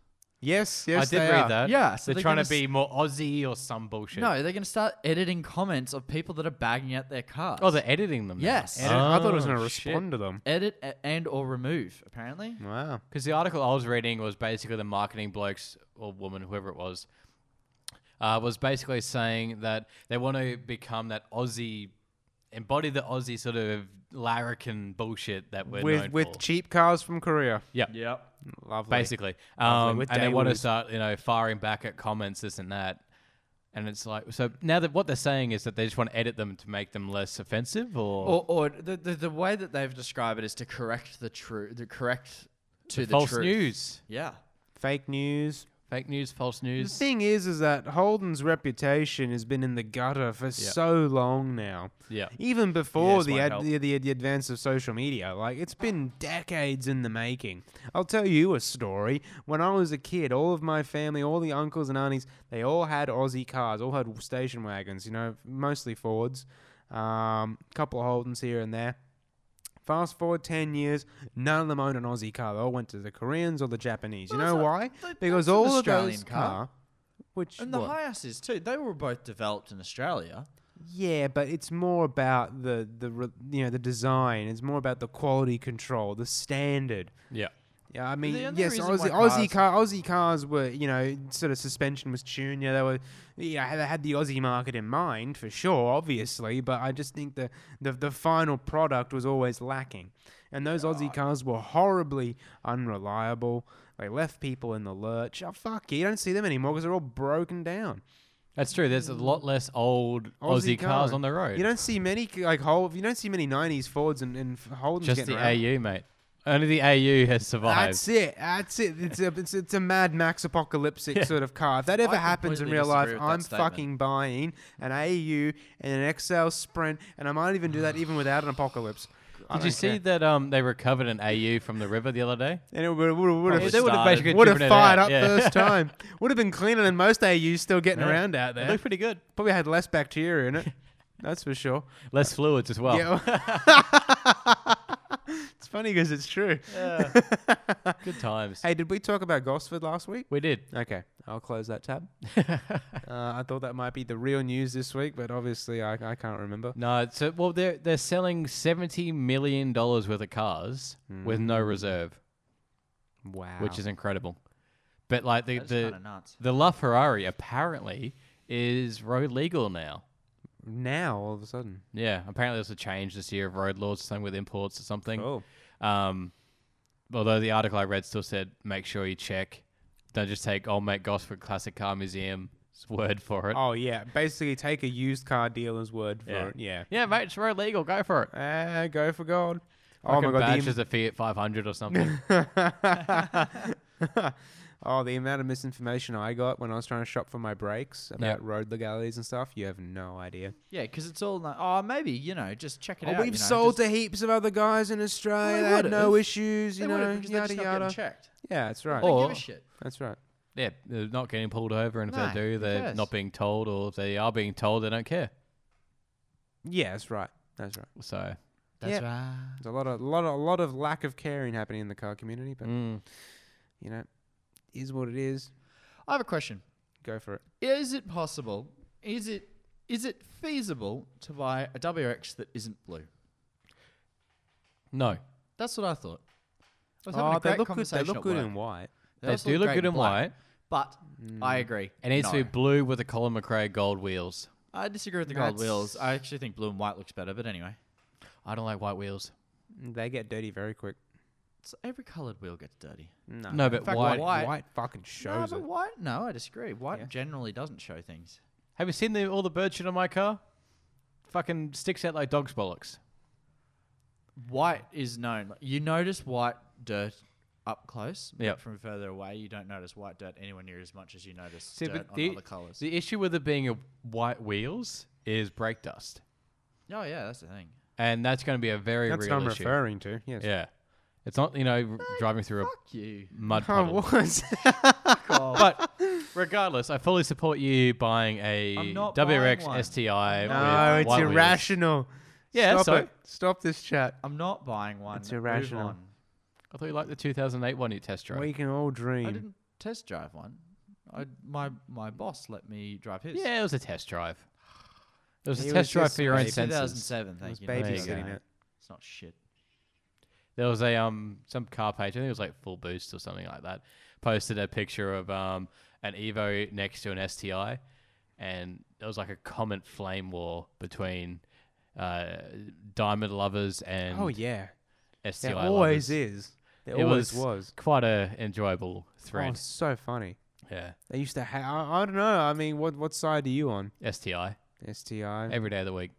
Speaker 2: yes, yes,
Speaker 4: I did
Speaker 2: they
Speaker 4: read
Speaker 2: are.
Speaker 4: that.
Speaker 3: Yeah, so
Speaker 4: they're
Speaker 3: they're
Speaker 4: trying
Speaker 3: gonna
Speaker 4: to be more Aussie or some bullshit.
Speaker 3: No, they're going to start editing comments of people that are bagging out their cars.
Speaker 4: Oh, they're editing them. now.
Speaker 3: Yes.
Speaker 2: And I thought it was
Speaker 4: Oh,
Speaker 2: going to
Speaker 4: shit.
Speaker 2: respond to them.
Speaker 3: edit a- and or remove apparently.
Speaker 2: Wow.
Speaker 4: Because the article I was reading was basically the marketing blokes or woman, whoever it was, uh, was basically saying that they want to become that Aussie, embody the Aussie sort of larrikin bullshit that we're
Speaker 2: With
Speaker 4: known
Speaker 2: with
Speaker 4: for.
Speaker 2: cheap cars from Korea.
Speaker 4: yeah,
Speaker 3: Yep.
Speaker 2: Lovely.
Speaker 4: basically. Um,
Speaker 2: with
Speaker 4: and they want to
Speaker 2: Daewoo's.
Speaker 4: start, you know, firing back at comments, this and that. And it's like, so now that what they're saying is that they just want to edit them to make them less offensive, or,
Speaker 3: Or, or the, the the way that they've described it is to correct the true, the correct to the,
Speaker 4: false
Speaker 3: truth.
Speaker 4: news,
Speaker 3: Yeah.
Speaker 2: Fake news.
Speaker 4: fake news, false
Speaker 2: The
Speaker 4: news.
Speaker 2: thing is, is that Holden's reputation has been in the gutter for so long now.
Speaker 4: Yeah.
Speaker 2: Even before
Speaker 4: this
Speaker 2: the,
Speaker 4: won't
Speaker 2: ad-
Speaker 4: help.
Speaker 2: the, the the advance of social media, like it's been decades in the making. I'll tell you a story. When I was a kid, all of my family, all the uncles and aunties, they all had Aussie cars, all had station wagons. You know, mostly Fords, a um, couple of Holdens here and there. Fast forward 10 years, none of them owned an Aussie car. They all went to the Koreans or the Japanese. You know why?
Speaker 3: that-
Speaker 2: Because
Speaker 3: that's
Speaker 2: all
Speaker 3: an
Speaker 2: of
Speaker 3: Australian
Speaker 2: those
Speaker 3: car.
Speaker 2: car, which
Speaker 3: And the
Speaker 2: what?
Speaker 3: Hyas's too. They were both developed in Australia.
Speaker 2: Yeah, but it's more about the the re- you know the design. It's more about the quality control, the standard.
Speaker 4: Yeah.
Speaker 2: Yeah, I mean,
Speaker 3: only
Speaker 2: yes,
Speaker 3: reason
Speaker 2: Aussie,
Speaker 3: why
Speaker 2: Aussie
Speaker 3: cars-
Speaker 2: car Aussie cars were you know sort of suspension was tuned. Yeah, they were you know they had the Aussie market in mind for sure, obviously. But I just think the the, the final product was always lacking, and those Aussie cars were horribly unreliable. They left people in the lurch. Oh fuck, you don't see them anymore because they're all broken down.
Speaker 4: That's true. There's a lot less old Aussie, cars on the road.
Speaker 2: You don't see many c- like Hol- You don't see many '90s Fords and, and Holdens
Speaker 4: Just
Speaker 2: getting
Speaker 4: the
Speaker 2: around.
Speaker 4: AU, mate. Only the AU has survived.
Speaker 2: That's it. That's it. It's a it's, it's a Mad Max apocalyptic sort of car. If that ever
Speaker 3: I
Speaker 2: happens in
Speaker 3: completely
Speaker 2: real life,
Speaker 3: disagree with that
Speaker 2: I'm
Speaker 3: statement.
Speaker 2: fucking buying an AU and an XL Sprint, and I might even do that even without an apocalypse. I
Speaker 4: Did you
Speaker 2: don't care.
Speaker 4: see that um, they recovered an AU from the river the other day?
Speaker 2: And it would
Speaker 4: Yeah,
Speaker 2: have
Speaker 4: they would've
Speaker 3: started.
Speaker 4: basically
Speaker 2: would have
Speaker 4: driven it
Speaker 2: fired
Speaker 4: out,
Speaker 2: up
Speaker 4: yeah.
Speaker 2: first time. Would have been cleaner than most AUs still getting around out
Speaker 4: It
Speaker 2: there.
Speaker 4: looked pretty good.
Speaker 2: Probably had less bacteria in it. That's for sure.
Speaker 4: Less fluids as well.
Speaker 2: Yeah. it's funny because it's true.
Speaker 4: Good times.
Speaker 2: Hey, did we talk about Gosford last week?
Speaker 4: We did.
Speaker 2: Okay, I'll close that tab. uh, I thought that might be the real news this week, but obviously I, I can't remember.
Speaker 4: No, so well they're they're selling seventy million dollars worth of cars with no reserve,
Speaker 2: Hmm. Wow.
Speaker 4: which is incredible. But like the
Speaker 3: That's kind
Speaker 4: the,
Speaker 3: of nuts.
Speaker 4: the LaFerrari apparently is road legal now.
Speaker 2: now all of a sudden.
Speaker 4: Yeah, apparently there's a change this year of road laws, something with imports or something.
Speaker 2: Oh.
Speaker 4: Um, although the article I read still said, make sure you check. Don't just take old mate Gosford Classic Car Museum's word for it.
Speaker 2: Oh yeah, basically take a used car dealer's word for
Speaker 4: Yeah.
Speaker 2: it. Yeah.
Speaker 4: Yeah, mate, it's road legal. Go for it.
Speaker 2: Uh, go for gold.
Speaker 4: Oh my god,
Speaker 2: the
Speaker 4: is a Fiat 500 or something.
Speaker 2: oh, the amount of misinformation I got when I was trying to shop for my brakes about
Speaker 4: Yep.
Speaker 2: road legalities and stuff, you have no idea.
Speaker 3: Yeah, because it's all like, oh, maybe you know, just check it out.
Speaker 2: oh, we've
Speaker 3: you know,
Speaker 2: sold
Speaker 3: just,
Speaker 2: to heaps of other guys in Australia.
Speaker 3: Well, they
Speaker 2: they had no
Speaker 3: would've.
Speaker 2: issues,
Speaker 3: they
Speaker 2: you
Speaker 3: would've
Speaker 2: know,
Speaker 3: because they're
Speaker 2: yada
Speaker 3: just not getting
Speaker 2: yada.
Speaker 3: checked.
Speaker 2: Yeah, that's right.
Speaker 3: They don't
Speaker 4: Or-
Speaker 3: give a shit.
Speaker 2: That's right.
Speaker 4: yeah, they're not getting pulled over, and if
Speaker 3: Nah,
Speaker 4: they do,
Speaker 3: who
Speaker 4: they're
Speaker 3: cares?
Speaker 4: not being told, or if they are being told, they don't care.
Speaker 2: Yeah, that's right. That's right.
Speaker 4: So,
Speaker 3: That's
Speaker 2: Yeah.
Speaker 3: right.
Speaker 2: There's a lot of lot of lot of lack of caring happening in the car community, but
Speaker 4: mm.
Speaker 2: you know, is what it is.
Speaker 3: I have a question.
Speaker 2: Go for it.
Speaker 3: Is it possible? Is it is it feasible to buy a WRX that isn't blue?
Speaker 4: no,
Speaker 3: That's what I thought. I was having
Speaker 2: Oh,
Speaker 3: a great
Speaker 2: they look good. They
Speaker 3: conversation
Speaker 2: look
Speaker 3: at
Speaker 2: good
Speaker 3: work.
Speaker 2: in white.
Speaker 4: they
Speaker 3: also
Speaker 4: do look
Speaker 3: great
Speaker 4: good in
Speaker 3: black,
Speaker 4: white.
Speaker 3: But I
Speaker 2: Mm.
Speaker 3: agree.
Speaker 4: It needs to
Speaker 3: No.
Speaker 4: be blue with the Colin McRae gold wheels.
Speaker 3: I disagree with the gold
Speaker 2: That's-
Speaker 3: wheels. I actually think blue and white looks better. But anyway,
Speaker 4: I don't like white wheels.
Speaker 2: They get dirty very quick.
Speaker 3: so every coloured wheel gets dirty.
Speaker 2: No,
Speaker 4: No, but
Speaker 3: fact,
Speaker 4: white.
Speaker 3: white-
Speaker 2: white fucking
Speaker 3: no,
Speaker 2: shows
Speaker 3: but
Speaker 2: it.
Speaker 3: white? No, I disagree. White
Speaker 2: Yeah.
Speaker 3: generally doesn't show things.
Speaker 4: Have you seen the, all the bird shit on my car? Fucking sticks out like dog's bollocks.
Speaker 3: White is known. Like, You notice white dirt up close. but
Speaker 4: Yep.
Speaker 3: From further away, you don't notice white dirt anywhere near as much as you notice
Speaker 4: See,
Speaker 3: dirt
Speaker 4: but
Speaker 3: on
Speaker 4: the,
Speaker 3: other colours.
Speaker 4: the issue with it being a white wheels is brake dust,
Speaker 3: oh yeah, that's the thing.
Speaker 4: and that's going to be a very
Speaker 2: That's what
Speaker 4: real
Speaker 2: I'm
Speaker 4: issue.
Speaker 2: referring to. Yes.
Speaker 4: Yeah, it's not you know r- driving through a
Speaker 3: Fuck you.
Speaker 4: mud
Speaker 2: I
Speaker 4: puddle.
Speaker 2: was.
Speaker 4: but regardless, I fully support you buying a
Speaker 3: I'm not
Speaker 4: WRX
Speaker 3: buying one.
Speaker 4: STI.
Speaker 2: no,
Speaker 4: with
Speaker 2: it's
Speaker 4: white wheels.
Speaker 2: irrational.
Speaker 4: Yeah,
Speaker 2: Stop
Speaker 4: so-
Speaker 2: it. Stop this chat.
Speaker 3: I'm not buying one.
Speaker 2: It's
Speaker 3: Move
Speaker 2: irrational.
Speaker 3: on.
Speaker 4: I thought you liked the 2008 one you test drove.
Speaker 2: We can all
Speaker 3: I
Speaker 2: dream.
Speaker 3: didn't test drive one. I my my boss let me drive his.
Speaker 4: Yeah, it was a test drive. It was
Speaker 2: It
Speaker 4: a
Speaker 2: was
Speaker 4: test drive
Speaker 2: just
Speaker 4: for your own
Speaker 2: like
Speaker 4: senses.
Speaker 3: 2007.
Speaker 2: I was
Speaker 3: Thank you.
Speaker 4: There you
Speaker 2: babysitting
Speaker 4: go.
Speaker 2: it.
Speaker 3: It's not shit.
Speaker 4: There was a um some car page. I think it was like Full Boost or something like that. Posted a picture of um an Evo next to an STI, and there was like a comment flame war between uh diamond lovers and
Speaker 2: Oh yeah,
Speaker 4: STI
Speaker 2: there always
Speaker 4: lovers.
Speaker 2: is. There
Speaker 4: It
Speaker 2: always
Speaker 4: was
Speaker 2: was.
Speaker 4: Quite a enjoyable
Speaker 2: Oh,
Speaker 4: thread.
Speaker 2: it's so funny.
Speaker 4: Yeah.
Speaker 2: They used to have. I, I don't know. I mean, what what side are you on?
Speaker 4: STI
Speaker 2: STI.
Speaker 4: every day of the week.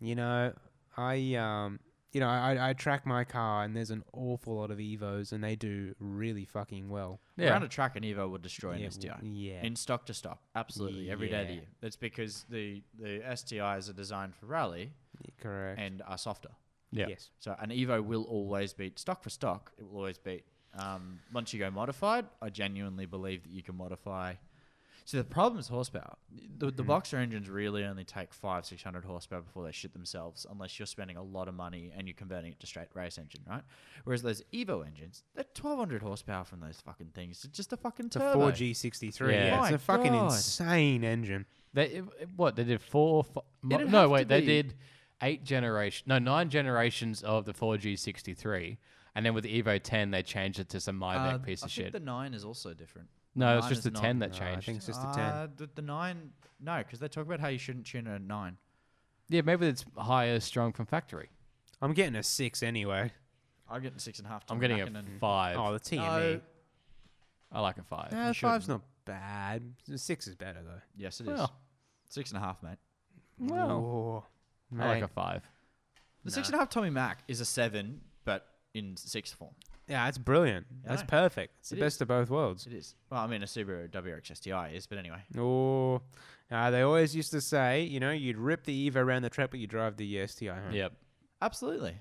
Speaker 2: You know, I um, you know, I, I track my car, and there's an awful lot of Evos, and they do really fucking well.
Speaker 4: Yeah.
Speaker 3: Around a track, an Evo would destroy an
Speaker 2: Yeah,
Speaker 3: STI.
Speaker 2: w- yeah.
Speaker 3: In stock to stock, absolutely every day of the
Speaker 2: Yeah.
Speaker 3: year. That's because the the STIs are designed for rally
Speaker 2: Correct.
Speaker 3: and are softer.
Speaker 4: Yeah.
Speaker 2: Yes.
Speaker 3: So an Evo will always beat stock for stock. It will always beat. Um, once you go modified, I genuinely believe that you can modify. See, the problem is horsepower. The,
Speaker 4: Mm-hmm.
Speaker 3: the boxer engines really only take five, six hundred horsepower before they shit themselves, unless you're spending a lot of money and you're converting it to straight race engine, right? Whereas those Evo engines, they're twelve hundred horsepower from those fucking things. It's just a fucking
Speaker 2: It's a
Speaker 3: turbo.
Speaker 2: 4G63. Yeah,
Speaker 4: Yeah.
Speaker 2: it's
Speaker 3: My
Speaker 2: a fucking
Speaker 3: God.
Speaker 2: insane engine.
Speaker 4: They it- it- what they did four. fi- mo-
Speaker 3: It'd have
Speaker 4: no
Speaker 3: to
Speaker 4: wait, they
Speaker 3: be-
Speaker 4: did eight generation. No nine generations of the four G sixty three, and then with the Evo ten they changed it to some Myvec
Speaker 3: Uh,
Speaker 4: piece
Speaker 3: I
Speaker 4: of
Speaker 3: think
Speaker 4: shit.
Speaker 3: The nine is also different.
Speaker 4: no, it's
Speaker 3: nine
Speaker 4: just
Speaker 3: is
Speaker 4: the ten
Speaker 3: not-
Speaker 4: that
Speaker 2: No, I
Speaker 4: changed.
Speaker 2: think it's just a 10.
Speaker 3: Uh, the, the nine, no, because they talk about how you shouldn't tune a nine.
Speaker 4: yeah, maybe it's higher strong from factory.
Speaker 2: I'm getting a six anyway.
Speaker 3: I'm getting six and a half.
Speaker 4: I'm
Speaker 3: ton
Speaker 4: getting a
Speaker 3: Mackinnon.
Speaker 4: five.
Speaker 2: Oh, E. the TME.
Speaker 3: No,
Speaker 4: I like a five.
Speaker 2: Nah, five's not bad. Six is better though.
Speaker 3: Yes, it is.
Speaker 4: Well.
Speaker 3: Six and a half, mate.
Speaker 4: Well,
Speaker 2: Oh,
Speaker 4: I like
Speaker 2: mate.
Speaker 4: a five.
Speaker 3: The six and a half Tommy Mac is a seven, but in sixth form.
Speaker 2: yeah, that's brilliant.
Speaker 3: Yeah,
Speaker 2: that's
Speaker 3: I know.
Speaker 2: perfect. It's
Speaker 3: It
Speaker 2: the best of both worlds.
Speaker 3: It is. Well, I mean, a Subaru WRX-STI is, but anyway.
Speaker 2: Oh, uh, they always used to say, you know, you'd rip the Evo around the track, but you drive the E STI home.
Speaker 4: Yep.
Speaker 3: Absolutely.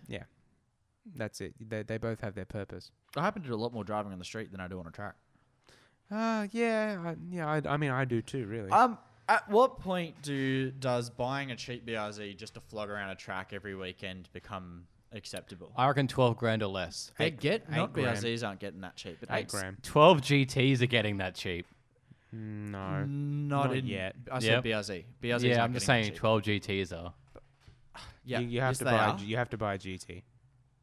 Speaker 2: That's it. They, they both have their purpose.
Speaker 3: I happen to do a lot more driving on the street than I do on a track.
Speaker 2: Uh, yeah, I, yeah. I, I mean, I do too, really.
Speaker 3: Um, at what point do does buying a cheap BRZ just to flog around a track every weekend become acceptable?
Speaker 4: I reckon 12 grand or less.
Speaker 3: They
Speaker 2: Eight-
Speaker 3: get not
Speaker 2: eight grand.
Speaker 3: BRZs aren't getting that cheap, but
Speaker 2: Eight
Speaker 3: eight
Speaker 2: gram.
Speaker 4: 12 GTs are getting that cheap.
Speaker 2: No.
Speaker 3: Not,
Speaker 2: Not
Speaker 3: in,
Speaker 2: yet.
Speaker 3: I
Speaker 4: Yep.
Speaker 3: said BRZ. BRZs
Speaker 4: yeah,
Speaker 3: aren't getting
Speaker 4: I'm just
Speaker 3: that
Speaker 4: saying
Speaker 3: cheap.
Speaker 4: 12 GTs are.
Speaker 3: Yeah,
Speaker 2: you, you have
Speaker 3: yes,
Speaker 2: to
Speaker 3: they
Speaker 2: buy.
Speaker 3: are.
Speaker 2: G- You have to buy a GT.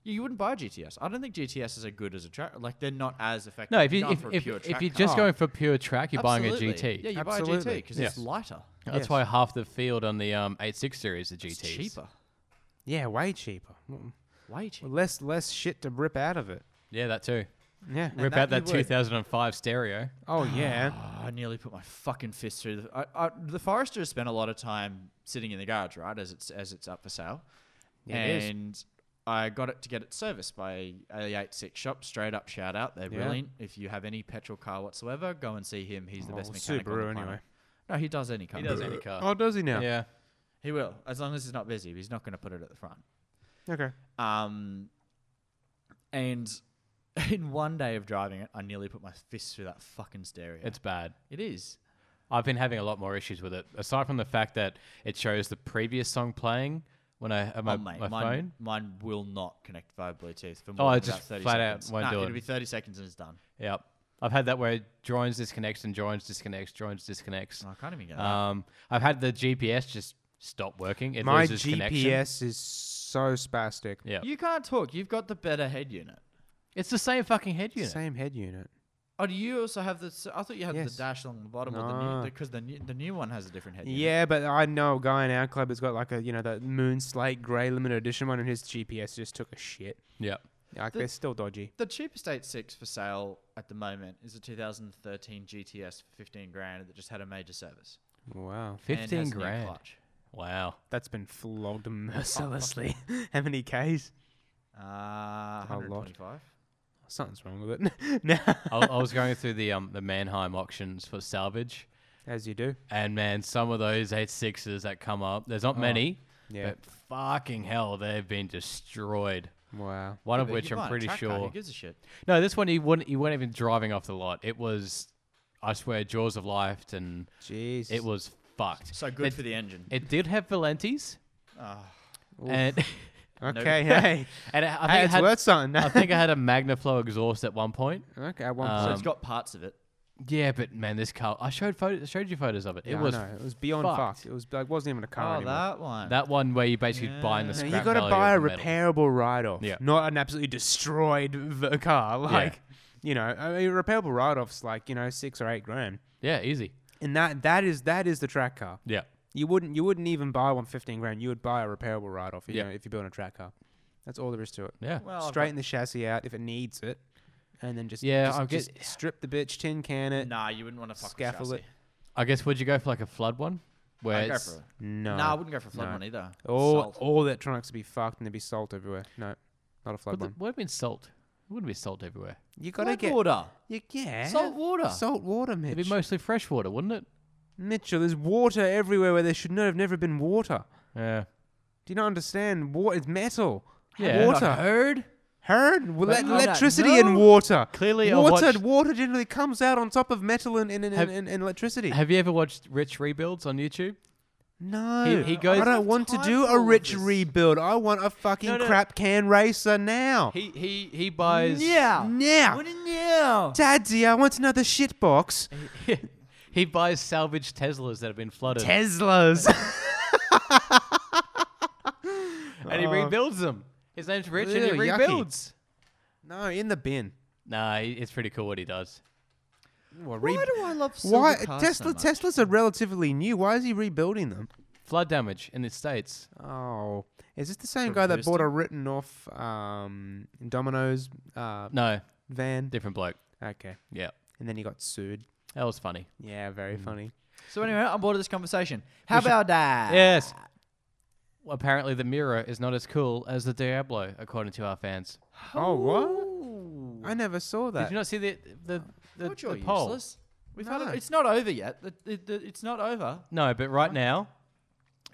Speaker 3: You you wouldn't buy a GTS. I don't think GTS is as good as a track. Like they're not as effective.
Speaker 4: No, if, you,
Speaker 3: going
Speaker 4: if,
Speaker 3: for a
Speaker 4: if,
Speaker 3: pure
Speaker 4: if
Speaker 3: track
Speaker 4: you're
Speaker 3: car.
Speaker 4: just
Speaker 2: car.
Speaker 4: going for pure track, you're
Speaker 3: Absolutely.
Speaker 4: buying a GT.
Speaker 3: Yeah, you buy a
Speaker 2: Absolutely.
Speaker 3: GT because
Speaker 4: Yeah.
Speaker 3: it's lighter.
Speaker 4: That's
Speaker 2: Yes.
Speaker 4: why half the field on the um, 86 series are
Speaker 3: It's
Speaker 4: GTs.
Speaker 3: cheaper.
Speaker 2: Yeah, way cheaper. Mm.
Speaker 3: Way cheaper.
Speaker 2: Well, less less shit to rip out of it.
Speaker 4: Yeah, that too.
Speaker 2: Yeah.
Speaker 4: Rip
Speaker 3: that
Speaker 4: out that
Speaker 3: you would.
Speaker 4: 2005 stereo.
Speaker 2: Oh yeah.
Speaker 3: Oh, I nearly put my fucking fist through the. I, I, the Forester spent a lot of time sitting in the garage, right, as it's as it's up for sale,
Speaker 2: Yeah, it is.
Speaker 3: and I got it to get it serviced by a eight six shop. Straight up shout out, they're
Speaker 2: Yeah.
Speaker 3: brilliant. If you have any petrol car whatsoever, go and see him. He's the
Speaker 2: Oh,
Speaker 3: best mechanic. on
Speaker 2: Subaru
Speaker 3: the planet.
Speaker 2: anyway.
Speaker 3: No, he does any car.
Speaker 4: He does any car.
Speaker 2: Oh, does he now?
Speaker 4: yeah.
Speaker 3: He will, as long as he's not busy. But he's not going to put it at the front.
Speaker 2: Okay.
Speaker 3: Um, and in one day of driving it, I nearly put my fist through that fucking stereo.
Speaker 4: It's bad.
Speaker 3: it is.
Speaker 4: I've been having a lot more issues with it. Aside from the fact that it shows the previous song playing when I have my,
Speaker 3: oh, mate,
Speaker 4: my
Speaker 3: mine,
Speaker 4: phone.
Speaker 3: Mine will not connect via Bluetooth for
Speaker 4: Oh,
Speaker 3: more than
Speaker 4: it just
Speaker 3: about 30
Speaker 4: flat out
Speaker 3: seconds.
Speaker 4: won't
Speaker 3: Nah,
Speaker 4: do
Speaker 3: it'll
Speaker 4: it.
Speaker 3: be 30 seconds and it's done.
Speaker 4: Yep. I've had that where it joins, disconnects, and joins, disconnects, joins, disconnects.
Speaker 3: Oh, I can't even get that.
Speaker 4: Um, I've had the GPS just stop working. It
Speaker 2: My
Speaker 4: loses connection.
Speaker 2: GPS is so spastic.
Speaker 4: Yeah.
Speaker 3: You can't talk. You've got the better head unit.
Speaker 4: It's the same fucking head unit.
Speaker 2: Same head unit.
Speaker 3: Oh, do you also have the? s- I thought you had
Speaker 2: Yes.
Speaker 3: the dash along the bottom of the
Speaker 2: Nah.
Speaker 3: new because the new, the new one has a different head unit.
Speaker 2: Yeah, but I know a guy in our club has got like a you know that moon slate grey limited edition one, and his GPS just took a shit.
Speaker 4: Yep.
Speaker 2: Like
Speaker 3: The-
Speaker 2: they're still dodgy.
Speaker 3: The cheapest 86 for sale at the moment is a 2013 GTS for 15 grand that just had a major service.
Speaker 2: Wow,
Speaker 3: and
Speaker 4: 15
Speaker 3: has no
Speaker 4: grand.
Speaker 3: clutch.
Speaker 4: Wow.
Speaker 2: that's been flogged mercilessly. How many Ks?
Speaker 3: Uh,
Speaker 2: A lot.
Speaker 3: 125.
Speaker 2: Something's wrong with it. now,
Speaker 4: I, I was going through the um, the Mannheim auctions for salvage,
Speaker 2: as you do.
Speaker 4: and man, some of those eight sixes that come up, there's not many,
Speaker 2: Oh, Yeah.
Speaker 4: but fucking hell, they've been destroyed.
Speaker 2: Wow.
Speaker 4: One
Speaker 3: Yeah,
Speaker 4: of
Speaker 3: but
Speaker 4: which
Speaker 3: you buy
Speaker 4: I'm
Speaker 3: a
Speaker 4: pretty
Speaker 3: track car, Who
Speaker 4: sure.
Speaker 3: gives a shit?
Speaker 4: No, this one he wouldn't. He weren't even driving off the lot. It was, I swear, jaws of life, and
Speaker 2: Jeez.
Speaker 4: it was fucked.
Speaker 3: So good
Speaker 4: It-
Speaker 3: for the engine.
Speaker 4: It did have Valenti's,
Speaker 3: Ah.
Speaker 4: and
Speaker 2: okay. hey,
Speaker 4: and it, I think
Speaker 2: hey,
Speaker 4: it
Speaker 2: it's
Speaker 4: had.
Speaker 2: worth something.
Speaker 4: I think I had a Magnaflow exhaust at one point.
Speaker 2: okay, at one
Speaker 3: so
Speaker 2: point.
Speaker 4: Um,
Speaker 3: it's got parts of it.
Speaker 4: Yeah, but man, this car. I showed photo, showed you photos of it.
Speaker 2: Yeah,
Speaker 4: it
Speaker 2: I
Speaker 4: was
Speaker 2: know, it was beyond
Speaker 4: fucked.
Speaker 2: fucked. It was like wasn't even a car anymore.
Speaker 3: Oh, one.
Speaker 4: That one where you basically buying the
Speaker 3: Yeah.
Speaker 2: No,
Speaker 4: scrap
Speaker 2: you got to
Speaker 4: value
Speaker 2: buy a
Speaker 4: of the metal.
Speaker 2: repairable write-off,
Speaker 4: Yeah.
Speaker 2: not an absolutely destroyed v- car. Like, you know, I mean, repairable write-offs like you know six or eight grand,
Speaker 4: Yeah, easy.
Speaker 2: and that that is that is the track car.
Speaker 4: Yeah.
Speaker 2: You wouldn't you wouldn't even buy one fifteen grand. You would buy a repairable write-off. You
Speaker 4: Yeah.
Speaker 2: know, if you're building a track car, that's all there is to it.
Speaker 4: Yeah.
Speaker 3: well, I've
Speaker 2: Straighten the chassis out if it needs it, and then just
Speaker 4: Yeah,
Speaker 2: just,
Speaker 4: I'll get-
Speaker 2: just strip the bitch, tin can
Speaker 3: got-
Speaker 2: it.
Speaker 3: Nah, you wouldn't want to fuck
Speaker 2: Scaffold
Speaker 3: with
Speaker 2: it.
Speaker 4: I guess would you go for like a flood one? Where
Speaker 3: I'd go
Speaker 4: it's-
Speaker 3: for it.
Speaker 2: No,
Speaker 3: Nah, I wouldn't go for a flood
Speaker 2: no.
Speaker 3: one either.
Speaker 2: all
Speaker 3: Salt.
Speaker 2: all electronics would be fucked and there'd be salt everywhere. No, not a flood
Speaker 4: Would the,
Speaker 2: one.
Speaker 4: what do you mean salt? It wouldn't be salt everywhere.
Speaker 2: You gotta
Speaker 3: Flood
Speaker 2: get
Speaker 3: water.
Speaker 2: You, yeah.
Speaker 4: Oh,
Speaker 3: Salt water.
Speaker 2: Salt water, Mitch.
Speaker 4: It'd be mostly fresh water, wouldn't it?
Speaker 2: Mitchell, there's water everywhere where there should not have never been water.
Speaker 4: Yeah.
Speaker 2: Do you not understand? Water is metal.
Speaker 4: Yeah.
Speaker 2: Water.
Speaker 4: Not
Speaker 2: Heard? Heard? Well, le-
Speaker 4: But no, no,
Speaker 2: electricity
Speaker 4: no.
Speaker 2: and water.
Speaker 4: Clearly I
Speaker 2: water,
Speaker 4: watched-
Speaker 2: water generally comes out on top of metal and, and, and,
Speaker 4: Have-
Speaker 2: and, and electricity.
Speaker 4: Have you ever watched Rich Rebuilds on YouTube?
Speaker 2: no.
Speaker 4: He- he goes-
Speaker 2: I don't want to
Speaker 3: Time
Speaker 2: do
Speaker 3: for
Speaker 2: a
Speaker 3: all
Speaker 2: rich
Speaker 3: this.
Speaker 2: rebuild. I want a fucking
Speaker 4: No, no.
Speaker 2: crap can racer now.
Speaker 4: He he he buys
Speaker 2: Now.
Speaker 3: What in yeah?
Speaker 2: Daddy, I want another shit box.
Speaker 4: he buys salvaged Teslas that have been flooded
Speaker 2: Teslas.
Speaker 4: and he rebuilds them. His name's Rich and he
Speaker 2: Uh, Ew, yucky.
Speaker 4: rebuilds.
Speaker 2: no, in the bin.
Speaker 4: Nah, he- it's pretty cool what he does.
Speaker 2: Well, re-
Speaker 3: Why do I love silver
Speaker 2: Why
Speaker 3: cars
Speaker 2: Tesla?
Speaker 3: so much?
Speaker 2: Teslas are relatively new. Why is he rebuilding them?
Speaker 4: Flood damage in the states.
Speaker 2: Oh, is this the same
Speaker 3: From
Speaker 2: guy that bought a
Speaker 3: Houston?
Speaker 2: written off um, Domino's uh,
Speaker 4: No,
Speaker 2: van?
Speaker 4: different bloke.
Speaker 2: Okay,
Speaker 4: Yeah.
Speaker 2: and then he got sued.
Speaker 4: That was funny.
Speaker 2: Yeah, very
Speaker 4: Mm.
Speaker 2: funny.
Speaker 3: So anyway, I'm bored of this conversation. How about that?
Speaker 4: Yes. Apparently, the mirror is not as cool as the Diablo, according to our fans.
Speaker 2: Oh, what?
Speaker 3: Ooh.
Speaker 2: I never saw that.
Speaker 4: Did you not see the the the,
Speaker 3: But you're
Speaker 4: the poll?
Speaker 3: useless. We've had
Speaker 2: No.
Speaker 3: it. It's not over yet. The, the, the, it's not over.
Speaker 4: No, but right now,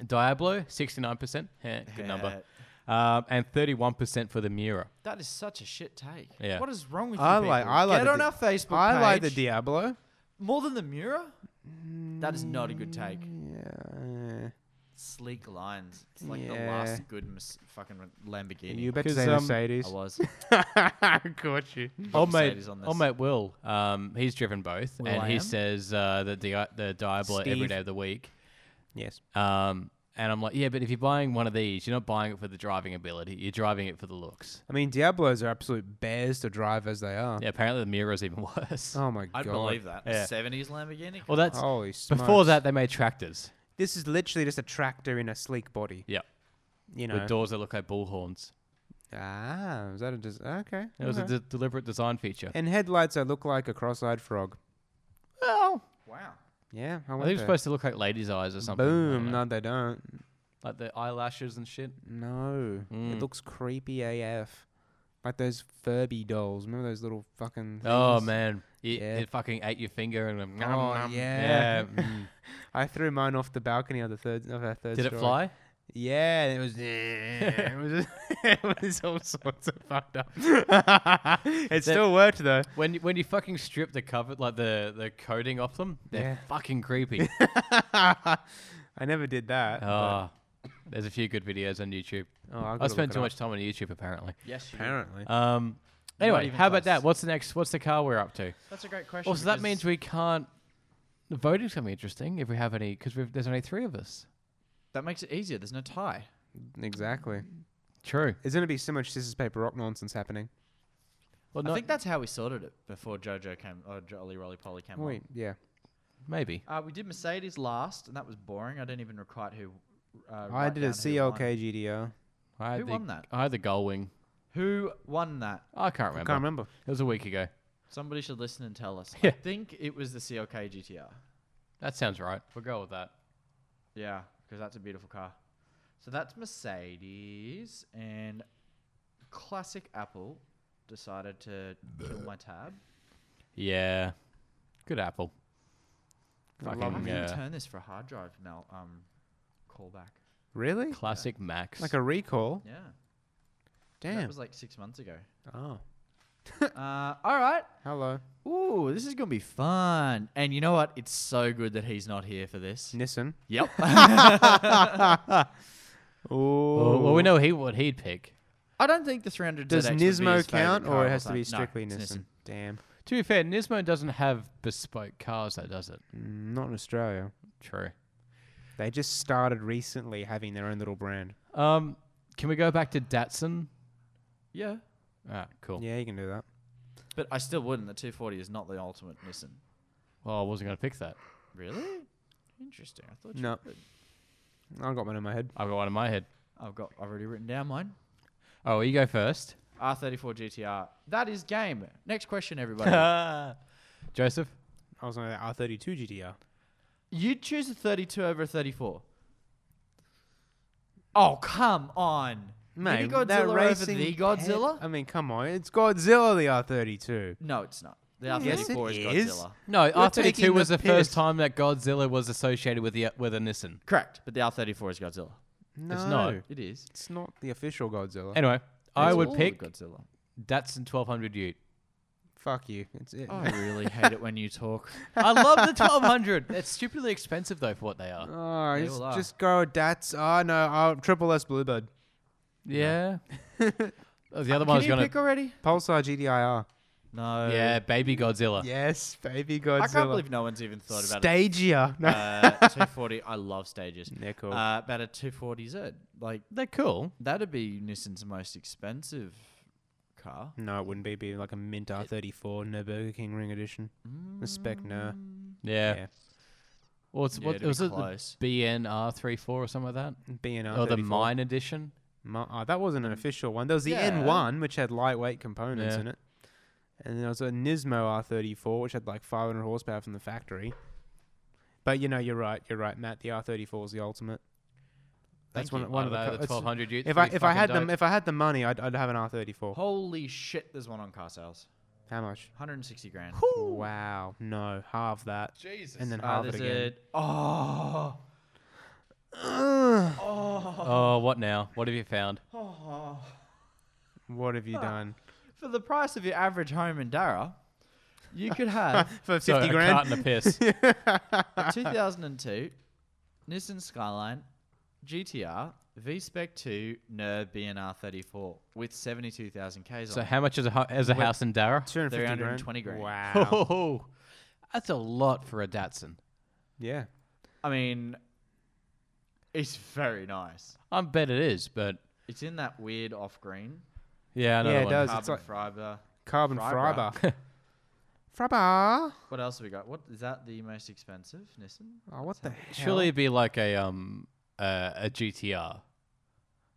Speaker 4: Diablo sixty nine percent, good number, um, and thirty one percent for the mirror.
Speaker 3: That is such a shit take.
Speaker 4: Yeah.
Speaker 3: What is wrong with you
Speaker 2: I like-
Speaker 3: people?
Speaker 2: I like
Speaker 3: Get
Speaker 2: the
Speaker 3: on
Speaker 2: di-
Speaker 3: our Facebook
Speaker 2: I like the Mm.
Speaker 3: page.
Speaker 2: Diablo.
Speaker 3: More than the mirror? That is not a good take.
Speaker 2: Yeah.
Speaker 3: Sleek lines. It's like the
Speaker 2: Yeah.
Speaker 3: last good mis- fucking Lamborghini.
Speaker 2: You better
Speaker 4: 'Cause,
Speaker 2: say
Speaker 4: um,
Speaker 2: Mercedes.
Speaker 3: I was.
Speaker 2: Caught you.
Speaker 4: Old mate,
Speaker 3: Mercedes on this.
Speaker 4: old mate Will, um, he's driven both,
Speaker 3: Will
Speaker 4: and
Speaker 3: I
Speaker 4: he
Speaker 3: am?
Speaker 4: says uh, that the the Diablo every
Speaker 2: Steve.
Speaker 4: day of the week.
Speaker 2: Yes.
Speaker 4: Um, and I'm like, yeah, but if you're buying one of these, you're not buying it for the driving ability. You're driving it for the looks.
Speaker 2: I mean, Diablos are absolute bears to drive as they are.
Speaker 3: Oh.
Speaker 4: Yeah, apparently the mirror is even worse.
Speaker 2: Oh my
Speaker 3: I'd
Speaker 2: god.
Speaker 3: believe that.
Speaker 4: Yeah.
Speaker 3: 70s Lamborghini?
Speaker 4: Well, that's
Speaker 2: Holy smokes.
Speaker 4: before that they made tractors.
Speaker 2: this is literally just a tractor in a sleek body.
Speaker 4: Yeah,
Speaker 2: You know.
Speaker 4: with doors that look like bullhorns.
Speaker 2: ah, is that a just okay?
Speaker 4: It was a
Speaker 2: okay.
Speaker 4: de- deliberate design feature.
Speaker 2: and headlights that look like a cross-eyed frog.
Speaker 4: Well,
Speaker 3: wow.
Speaker 2: Yeah, I
Speaker 4: I
Speaker 2: went
Speaker 4: think it's
Speaker 2: there.
Speaker 4: supposed to look like ladies' eyes or something. I don't
Speaker 2: Boom!
Speaker 4: know.
Speaker 2: No, they don't.
Speaker 4: like the eyelashes and shit.
Speaker 2: No,
Speaker 4: Mm.
Speaker 2: it looks creepy AF. Like those Furby dolls. Remember those little fucking. Things?
Speaker 4: Oh man, it,
Speaker 2: Yeah.
Speaker 4: it fucking ate your finger and went, nom,
Speaker 2: Oh,
Speaker 4: nom.
Speaker 2: yeah.
Speaker 4: Yeah, mm.
Speaker 2: I threw mine off the balcony of the third of our third.
Speaker 4: Did it
Speaker 2: story.
Speaker 4: fly?
Speaker 2: Yeah, and it was. it was. it was all sorts of fucked up. it still worked though.
Speaker 4: When you, when you fucking strip the cover like the, the coating off them, they're
Speaker 2: Yeah.
Speaker 4: fucking creepy.
Speaker 2: I never did that. but-
Speaker 4: oh, there's a few good videos on YouTube.
Speaker 2: oh, I've gotta
Speaker 4: I
Speaker 2: look
Speaker 4: spend
Speaker 2: it
Speaker 4: too
Speaker 2: up.
Speaker 4: much time on YouTube apparently.
Speaker 3: Yes, you did.
Speaker 2: Apparently.
Speaker 4: Um,
Speaker 3: Not
Speaker 4: anyway,
Speaker 3: even
Speaker 4: how about
Speaker 3: close.
Speaker 4: that? What's the next? What's the car we're up to?
Speaker 3: That's a great question.
Speaker 4: Also, that
Speaker 3: because-
Speaker 4: means we can't. The voting's gonna be interesting if we have any, because there's only three of us.
Speaker 3: That makes it easier. There's no tie.
Speaker 2: Exactly.
Speaker 4: True.
Speaker 2: There's going to be so much scissors, paper, rock nonsense happening.
Speaker 4: Well,
Speaker 3: I
Speaker 4: not
Speaker 3: think that's how we sorted it before JoJo came, or Jolly Rolly Polly came
Speaker 2: Wait, yeah.
Speaker 4: maybe.
Speaker 3: on. Uh, we did Mercedes last, and that was boring. I didn't even recite who. Uh,
Speaker 2: I
Speaker 3: write
Speaker 2: did a
Speaker 3: down who won.
Speaker 2: CLK GDR.
Speaker 4: I had
Speaker 3: Who
Speaker 4: the-
Speaker 3: won that?
Speaker 4: I had the goal wing.
Speaker 3: Who won that?
Speaker 4: I can't remember.
Speaker 2: Can't remember.
Speaker 4: It was a week ago.
Speaker 3: Somebody should listen and tell us.
Speaker 4: Yeah.
Speaker 3: I think it was the CLK GTR.
Speaker 4: That sounds right. We'll go with that.
Speaker 3: Yeah, because that's a beautiful car. So that's Mercedes and classic Apple decided to kill my tab.
Speaker 4: Yeah. Good apple.
Speaker 2: I love
Speaker 3: I'm
Speaker 4: Fucking
Speaker 3: gonna
Speaker 4: uh,
Speaker 3: turn this for a hard drive now. Um, callback.
Speaker 2: Really?
Speaker 4: classic Max.
Speaker 2: Like a recall?
Speaker 3: Yeah, that
Speaker 2: Damn.
Speaker 3: was like six months ago.
Speaker 2: Oh.
Speaker 3: uh, all right.
Speaker 2: Hello.
Speaker 3: Ooh, this is gonna be fun. And you know what? It's so good that he's not here for this.
Speaker 2: Nissan.
Speaker 3: Yep.
Speaker 2: Oh.
Speaker 4: well, well, we know he what he'd pick.
Speaker 3: I don't think the 300
Speaker 2: Does
Speaker 3: ZX would be
Speaker 2: Nismo
Speaker 3: his favourite
Speaker 2: count
Speaker 3: car
Speaker 2: or
Speaker 3: of
Speaker 2: it
Speaker 3: all
Speaker 2: has to
Speaker 3: time.
Speaker 2: be
Speaker 3: No,
Speaker 2: strictly
Speaker 3: it's
Speaker 2: Nissan? Damn.
Speaker 4: To be fair, Nismo doesn't have bespoke cars, though, does it?
Speaker 2: Mm, not in Australia.
Speaker 4: True.
Speaker 2: They just started recently having their own little brand.
Speaker 4: Um, can we go back to Datsun?
Speaker 3: Yeah,
Speaker 4: Ah, cool.
Speaker 2: Yeah, you can do that.
Speaker 3: but I still wouldn't. The 240 is not the ultimate Nissan.
Speaker 4: Well, I wasn't gonna pick that.
Speaker 3: Really? Interesting. I thought you
Speaker 2: No.
Speaker 3: would.
Speaker 2: I got one in my head.
Speaker 4: I've got one in my head.
Speaker 3: I've got. I've already written down mine.
Speaker 4: Oh, well, you go first.
Speaker 3: R34 GTR. That is game. Next question, everybody.
Speaker 4: Joseph.
Speaker 2: I was on the R32 GDR.
Speaker 3: You'd choose a 32 over a 34. Oh come on. Maybe
Speaker 2: Mate, that
Speaker 3: Godzilla over
Speaker 2: racing
Speaker 3: the
Speaker 2: pet-
Speaker 3: Godzilla?
Speaker 2: I mean, come on. It's Godzilla, the R32.
Speaker 3: No, it's not. The
Speaker 2: Yes, it
Speaker 3: R34 is
Speaker 2: is.
Speaker 3: Godzilla.
Speaker 4: No,
Speaker 2: You're
Speaker 4: R thirty two
Speaker 2: taking
Speaker 4: was
Speaker 2: the
Speaker 4: the first
Speaker 2: piss.
Speaker 4: time that Godzilla was associated with the with a Nissan.
Speaker 3: Correct, but the R34 is Godzilla.
Speaker 2: No.
Speaker 4: not.
Speaker 3: It is.
Speaker 2: It's not the official Godzilla.
Speaker 4: Anyway, I
Speaker 3: It's
Speaker 4: would
Speaker 3: all
Speaker 4: pick
Speaker 3: Godzilla.
Speaker 4: Datsun twelve hundred Ute.
Speaker 2: Fuck you. It's it.
Speaker 3: I really hate it when you talk.
Speaker 4: I love the twelve hundred. It's stupidly expensive though for what they are.
Speaker 2: Oh,
Speaker 3: They
Speaker 2: just,
Speaker 3: all are.
Speaker 2: just go Dats. Oh, no. Oh, Triple S Bluebird.
Speaker 4: Yeah. Oh, the other
Speaker 3: Can
Speaker 4: one was
Speaker 3: you
Speaker 4: gonna.
Speaker 3: pick already?
Speaker 2: Pulsar GDIR.
Speaker 3: No.
Speaker 4: yeah, Baby Godzilla.
Speaker 2: Yes, baby
Speaker 3: I
Speaker 2: Godzilla.
Speaker 3: can't believe no one's even thought about it.
Speaker 2: Stagia. No.
Speaker 3: Uh, 240. I love stages.
Speaker 2: They're cool.
Speaker 3: Uh, about a 240Z. Like
Speaker 4: They're cool.
Speaker 3: that'd be Nissan's most expensive car.
Speaker 2: no, it wouldn't be. It'd be like a mint R34, no Burger King Ring Edition. The spec, no.
Speaker 4: Yeah.
Speaker 2: Yeah.
Speaker 4: What's
Speaker 3: Yeah,
Speaker 4: what
Speaker 3: it'd be
Speaker 4: was it?
Speaker 3: close.
Speaker 4: The BNR 34 or something like that,
Speaker 3: Mm.
Speaker 2: BNR.
Speaker 4: or the
Speaker 2: 34.
Speaker 4: Mine Edition.
Speaker 2: uh, Mi- oh, that wasn't an official one. There was the
Speaker 3: Yeah.
Speaker 2: N1, which had lightweight components
Speaker 4: Mm. Yeah.
Speaker 2: in it. And then there was a Nismo R34, which had like 500 horsepower from the factory. But you know, you're right. You're right, Matt. The R34 is the ultimate. That's
Speaker 4: Thank
Speaker 2: one, one
Speaker 4: you.
Speaker 2: of
Speaker 4: I
Speaker 2: the,
Speaker 4: know,
Speaker 2: co-
Speaker 4: the
Speaker 2: it's-
Speaker 4: 1200 ute
Speaker 2: If
Speaker 4: would
Speaker 2: I
Speaker 4: be
Speaker 2: if I
Speaker 4: fucking
Speaker 2: had
Speaker 4: dope.
Speaker 2: them if I had the money, I'd, I'd have an R34.
Speaker 3: Holy shit, there's one on car sales.
Speaker 2: How much?
Speaker 3: 160 grand.
Speaker 2: Wow. No, halve that.
Speaker 4: Jesus.
Speaker 2: And then
Speaker 3: Uh,
Speaker 2: halve it
Speaker 3: there's
Speaker 2: again.
Speaker 3: a oh,
Speaker 2: Ugh.
Speaker 4: oh, what now? What have you found?
Speaker 2: what have
Speaker 4: Ah.
Speaker 2: you done?
Speaker 3: for the price of your average home in Darra, you could have
Speaker 2: For 50
Speaker 4: Sorry, A
Speaker 2: grand?
Speaker 4: carton of piss.
Speaker 3: a 2002 Nissan Skyline GTR V-Spec 2 NER BNR 34 with 72,000 Ks on
Speaker 4: so
Speaker 3: it.
Speaker 4: how much is a hu- is a house in Darra?
Speaker 2: 250
Speaker 3: 320 grand.
Speaker 2: Wow.
Speaker 4: Oh, that's a lot for a Datsun.
Speaker 2: yeah.
Speaker 3: I mean, it's very nice.
Speaker 4: I bet it is, but
Speaker 3: It's in that weird off-green
Speaker 4: yeah, another
Speaker 2: Yeah, it
Speaker 4: one.
Speaker 2: does. It's like-
Speaker 3: carbon fiber.
Speaker 2: Carbon
Speaker 3: Fibra.
Speaker 2: fiber. Fiber.
Speaker 3: What else have we got? What is that the most expensive Nissan?
Speaker 2: Oh, what the hell?
Speaker 4: Surely it'd be like a um uh, a GTR,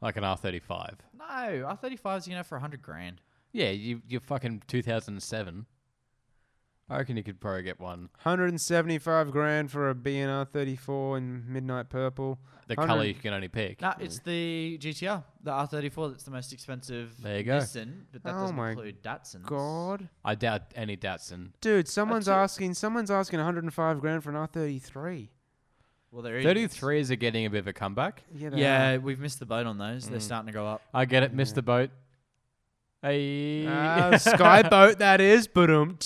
Speaker 4: like an R35.
Speaker 3: No, R35s you can have for 100 grand.
Speaker 4: Yeah, you you fucking 2007. I reckon you could probably get one.
Speaker 2: 175 grand for a BNR 34 in midnight purple.
Speaker 4: The
Speaker 2: 100
Speaker 4: color you can only pick.
Speaker 3: No, it's the GTR, the R34. That's the most expensive
Speaker 4: There you go.
Speaker 3: Nissan, but that
Speaker 2: Oh
Speaker 3: doesn't
Speaker 2: my
Speaker 3: include Datsuns.
Speaker 2: God.
Speaker 4: I doubt any Datsun.
Speaker 2: Dude, someone's
Speaker 3: That's
Speaker 2: asking someone's asking 105 grand for an R33.
Speaker 3: Well, there is
Speaker 4: 33s are getting a bit of a comeback.
Speaker 2: Yeah. they
Speaker 3: Yeah, we've missed the boat on those.
Speaker 2: Mm.
Speaker 3: They're starting to go up.
Speaker 4: I get it. Missed the boat. Hey.
Speaker 2: are. Ah, Skyboat that is, but um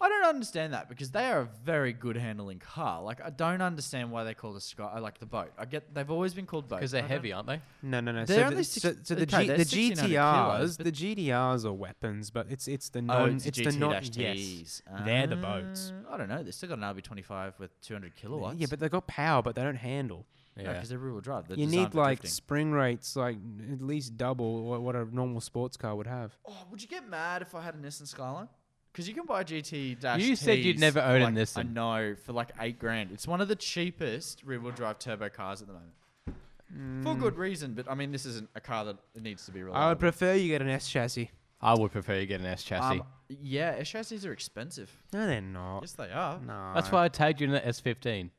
Speaker 3: I don't understand that because they are a very good handling car. Like I don't understand why they call the sky I like the boat. I get they've always been called boats.
Speaker 4: Because
Speaker 3: I
Speaker 4: they're
Speaker 3: don't-
Speaker 4: heavy, aren't they?
Speaker 2: No, no, no. So
Speaker 3: They're
Speaker 2: the,
Speaker 3: only
Speaker 2: so,
Speaker 3: six-
Speaker 2: so the,
Speaker 3: okay,
Speaker 2: G,
Speaker 3: they're
Speaker 2: the
Speaker 3: 1600
Speaker 2: GTRs,
Speaker 3: kilos,
Speaker 2: the
Speaker 3: but-
Speaker 2: GTRs are weapons, but it's it's the
Speaker 3: Oh,
Speaker 2: non
Speaker 3: it's,
Speaker 2: Um, it's
Speaker 3: the
Speaker 2: the non yes.
Speaker 3: GT-Ts.
Speaker 2: They're the boats.
Speaker 3: Uh, Um, I don't know. They've still got an RB25 with 200 kilowatts.
Speaker 2: Yeah, but they got power, but they don't handle.
Speaker 3: because they're rear-wheel drive. They're
Speaker 2: you
Speaker 3: designed
Speaker 2: need
Speaker 3: for
Speaker 2: like
Speaker 3: drifting.
Speaker 2: spring rates, like at least double what, what a normal sports car would have.
Speaker 3: Oh, would you get mad if I had a Nissan Skyline? Because you can buy GT dash.
Speaker 4: You said you'd never own a
Speaker 3: like, I
Speaker 4: Nissan.
Speaker 3: know for like eight grand. It's one of the cheapest rear-wheel drive turbo cars at the moment.
Speaker 4: Mm.
Speaker 3: For good reason, but I mean, this isn't a car that needs to be reliable.
Speaker 2: I would prefer you get an S chassis.
Speaker 4: I would prefer you get an S chassis.
Speaker 3: Um, yeah, S chassis are expensive.
Speaker 2: No, they're not.
Speaker 3: Yes, they are.
Speaker 2: no.
Speaker 4: That's why I tagged you in the S15.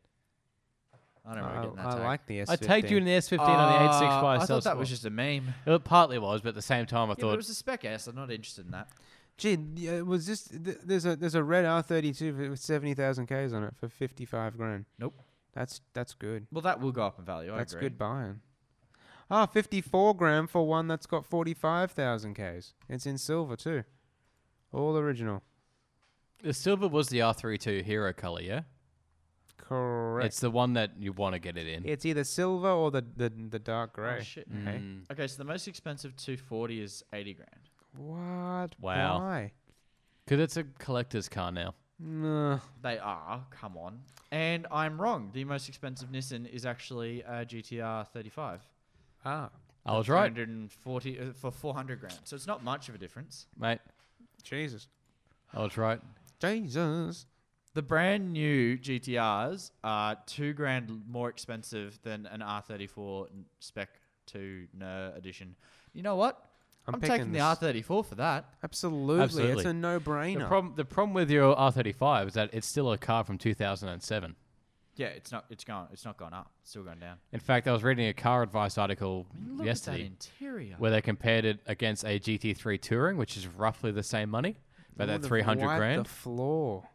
Speaker 3: I don't really
Speaker 2: I,
Speaker 3: get that.
Speaker 2: I
Speaker 3: tag.
Speaker 2: like the S.
Speaker 4: I tagged you in the S15 on the
Speaker 3: Uh,
Speaker 4: 865
Speaker 3: I
Speaker 4: Cell
Speaker 3: thought that was
Speaker 4: Squad.
Speaker 3: just a meme.
Speaker 4: It partly was, but at the same time, I
Speaker 3: Yeah, but
Speaker 4: thought
Speaker 3: it was a spec S. I'm not interested in that.
Speaker 2: Gee, yeah, it was just th- there's a there's a red R32 with seventy thousand k's on it for fifty five grand.
Speaker 3: Nope.
Speaker 2: That's that's good.
Speaker 3: Well, that will go up in value. I
Speaker 2: that's
Speaker 3: agree.
Speaker 2: good buying. Ah, 54 grand for one that's got 45,000 Ks. It's in silver too. All original.
Speaker 4: the silver was the R32 Hero color. Yeah,
Speaker 2: Correct.
Speaker 4: it's the one that you want to get it in.
Speaker 2: It's either silver or the, the, the dark
Speaker 3: Oh,
Speaker 2: grey.
Speaker 3: shit.
Speaker 2: okay.
Speaker 4: Mm.
Speaker 3: Okay, so the most expensive 240 is 80 grand.
Speaker 2: What?
Speaker 4: Wow.
Speaker 2: Why?
Speaker 4: Because it's a collector's car now.
Speaker 2: Nah.
Speaker 3: They are. Come on. And I'm wrong. The most expensive Nissan is actually a GTR 35.
Speaker 2: Ah,
Speaker 4: I was right,
Speaker 3: 340 uh, for 400 grand. So it's not much of a difference.
Speaker 4: mate.
Speaker 2: Jesus.
Speaker 4: I was right.
Speaker 2: Jesus.
Speaker 3: The brand new GTRs are two grand l- more expensive than an R34 n- Spec 2 NER edition. You know what?
Speaker 2: I'm
Speaker 3: I'm,
Speaker 2: picking
Speaker 3: taking the
Speaker 2: this.
Speaker 3: R34 for that.
Speaker 2: Absolutely. It's
Speaker 4: Absolutely.
Speaker 2: a no
Speaker 4: The
Speaker 2: brainer.
Speaker 4: problem, the problem with your R35 is that it's still a car from 2007.
Speaker 3: Yeah, it's not. It's gone. It's not gone up. It's still going down.
Speaker 4: In fact, I was reading a car advice article
Speaker 3: I mean, look at that
Speaker 4: yesterday
Speaker 3: interior.
Speaker 4: where they compared it against a GT3 Touring, which is roughly the same money, about that 300 grand.
Speaker 2: The floor.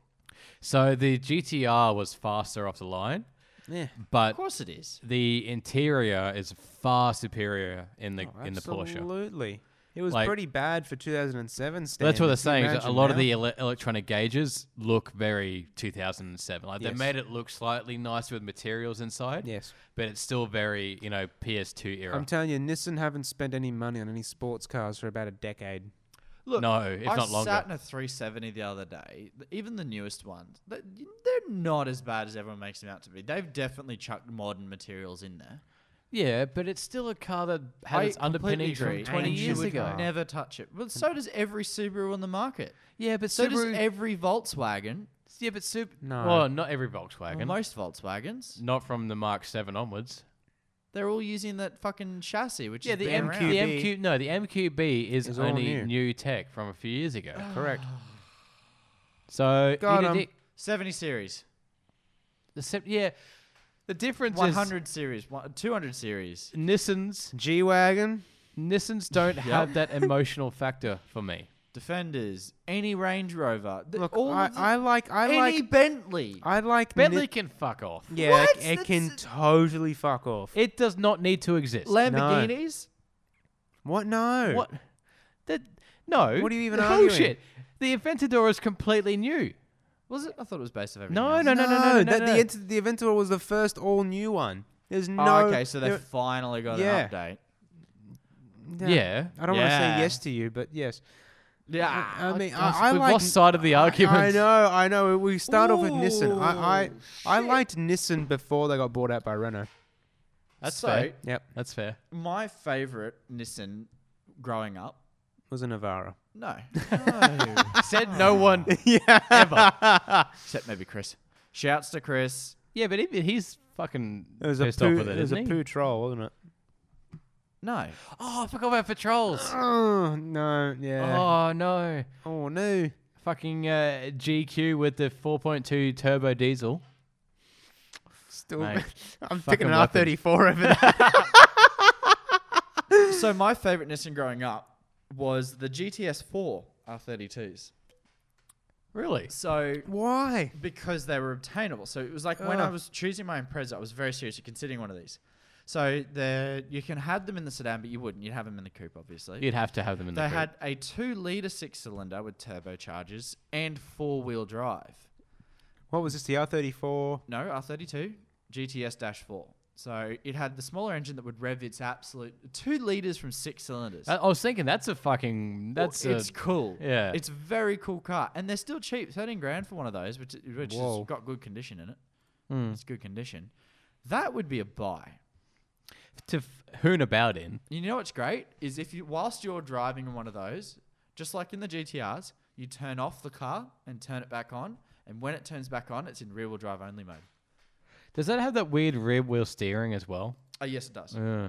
Speaker 4: so the GTR was faster off the line,
Speaker 2: Yeah.
Speaker 4: but
Speaker 3: of course it is.
Speaker 4: the interior is far superior in the in the Porsche.
Speaker 2: Absolutely. It was
Speaker 4: Like-
Speaker 2: pretty bad for 2007 standards.
Speaker 4: That's what they're
Speaker 2: you
Speaker 4: saying. Is that a
Speaker 2: imagine
Speaker 4: lot of
Speaker 2: now?
Speaker 4: the ele- electronic gauges look very 2007. Like
Speaker 2: Yes.
Speaker 4: they made it look slightly nicer with materials inside,
Speaker 2: Yes.
Speaker 4: but it's still very you know PS2 era.
Speaker 2: I'm telling you, Nissan haven't spent any money on any sports cars for about a decade.
Speaker 3: Look,
Speaker 4: No, if
Speaker 3: I
Speaker 4: not
Speaker 3: sat
Speaker 4: longer.
Speaker 3: in a 370 the other day. th- Even the newest ones, th- they're not as bad as everyone makes them out to be. They've definitely chucked modern materials in there.
Speaker 4: yeah, but it's still a car that had its underpinnings from 20
Speaker 2: And you
Speaker 4: years
Speaker 2: would
Speaker 4: ago.
Speaker 2: car.
Speaker 3: Never touch it. Well, so does every Subaru on the market.
Speaker 4: Yeah, but
Speaker 3: So
Speaker 4: Subaru.
Speaker 3: does every Volkswagen.
Speaker 4: yeah, but Subaru.
Speaker 2: No.
Speaker 4: Well, not every
Speaker 3: Well,
Speaker 4: Volkswagen.
Speaker 3: most Volkswagens.
Speaker 4: not from the Mark 7 onwards.
Speaker 3: They're all using that fucking chassis, which
Speaker 4: Yeah,
Speaker 3: is
Speaker 4: the
Speaker 3: been
Speaker 4: MQ,
Speaker 3: around.
Speaker 2: MQB.
Speaker 4: the MQ, no, the MQB is,
Speaker 2: Is all
Speaker 4: only
Speaker 2: new.
Speaker 4: new. tech from a few years ago.
Speaker 2: Correct.
Speaker 4: So
Speaker 2: Got
Speaker 4: you know,
Speaker 2: 'em.
Speaker 4: the-
Speaker 3: seventy series,
Speaker 4: the sep- yeah, the difference
Speaker 3: one
Speaker 4: is
Speaker 3: hundred series, two hundred series.
Speaker 4: Nissans
Speaker 2: G wagon.
Speaker 4: Nissans don't have that emotional factor for me.
Speaker 3: Defenders, any Range Rover, th-
Speaker 2: Look,
Speaker 3: all
Speaker 2: I,
Speaker 3: of the-
Speaker 2: I like I
Speaker 3: any
Speaker 2: like
Speaker 3: Bentley.
Speaker 2: I like
Speaker 4: Bentley
Speaker 2: Ni-
Speaker 4: can fuck off.
Speaker 2: yeah,
Speaker 3: What?
Speaker 2: it- it
Speaker 3: That's
Speaker 2: can
Speaker 3: a-
Speaker 2: totally fuck off.
Speaker 4: It does not need to exist.
Speaker 3: Lamborghinis?
Speaker 2: what? No.
Speaker 4: What? That no.
Speaker 2: What are you even arguing?
Speaker 4: Bullshit. The Aventador is completely new.
Speaker 3: Was it? I thought it was based off everything.
Speaker 4: No,
Speaker 3: else.
Speaker 4: no, no, no, no, no, no,
Speaker 2: that,
Speaker 4: no.
Speaker 2: The, Ent- the Aventador was the first all new one. There's no.
Speaker 3: Oh, okay, so they
Speaker 2: there-
Speaker 3: finally got
Speaker 2: Yeah.
Speaker 3: an update.
Speaker 4: yeah.
Speaker 2: I don't want to say
Speaker 3: Yeah.
Speaker 2: yes to you, but yes.
Speaker 3: Yeah.
Speaker 2: I mean,
Speaker 4: Guys,
Speaker 2: I, I
Speaker 4: we've
Speaker 2: like.
Speaker 4: lost sight of the argument.
Speaker 2: I know, I know. We start off with Nissan. I, I,
Speaker 3: Ooh,
Speaker 2: I
Speaker 3: shit.
Speaker 2: liked Nissan before they got bought out by Renault.
Speaker 4: That's
Speaker 3: So-
Speaker 4: fair.
Speaker 2: Yep,
Speaker 4: That's fair.
Speaker 3: My favorite Nissan growing up.
Speaker 2: was a Navara.
Speaker 3: No.
Speaker 4: Said no one.
Speaker 3: Ever. Except maybe Chris. Shouts to Chris.
Speaker 4: Yeah, but even he's fucking
Speaker 2: It was a
Speaker 4: pissed
Speaker 2: poo,
Speaker 4: off with it,
Speaker 2: it was a
Speaker 4: isn't he?
Speaker 2: poo troll, wasn't it?
Speaker 3: No.
Speaker 4: Oh, I forgot about patrols.
Speaker 2: Oh no, yeah.
Speaker 4: Oh no,
Speaker 2: Oh, no.
Speaker 4: fucking uh, GQ with the 4.2 turbo diesel.
Speaker 2: Still,
Speaker 4: Mate,
Speaker 2: I'm picking
Speaker 4: fucking
Speaker 2: an
Speaker 4: weapon.
Speaker 2: R34 over there.
Speaker 3: So my favorite Nissan growing up was the GTS 4 R32s.
Speaker 4: Really?
Speaker 3: So
Speaker 2: Why?
Speaker 3: because they were obtainable. So it was like when I
Speaker 2: Ugh.
Speaker 3: was choosing my Impreza, I was very seriously considering one of these. So the you can have them in the sedan, but you wouldn't. You'd have them in the coupe, obviously.
Speaker 4: You'd have to have them in
Speaker 3: they
Speaker 4: the.
Speaker 3: had a two liter six cylinder with turbochargers and four wheel drive.
Speaker 2: What was this? The R34?
Speaker 3: No, R32 GTS 4. So it had the smaller engine that would rev its absolute two liters from six cylinders.
Speaker 4: I, I was thinking that's a fucking that's a,
Speaker 3: it's cool.
Speaker 4: yeah.
Speaker 3: it's a very cool car, and they're still cheap. Thirteen grand for one of those, which which has
Speaker 2: Whoa.
Speaker 3: got good condition in it.
Speaker 4: Hmm.
Speaker 3: It's good condition. That would be a buy.
Speaker 4: to f- hoon about in.
Speaker 3: You know what's great is if you whilst you're driving in one of those, just like in the GTRs, you turn off the car and turn it back on, and when it turns back on, it's in rear wheel drive only mode.
Speaker 4: Does that have that weird rear wheel steering as well?
Speaker 3: Oh yes, it does.
Speaker 4: Uh,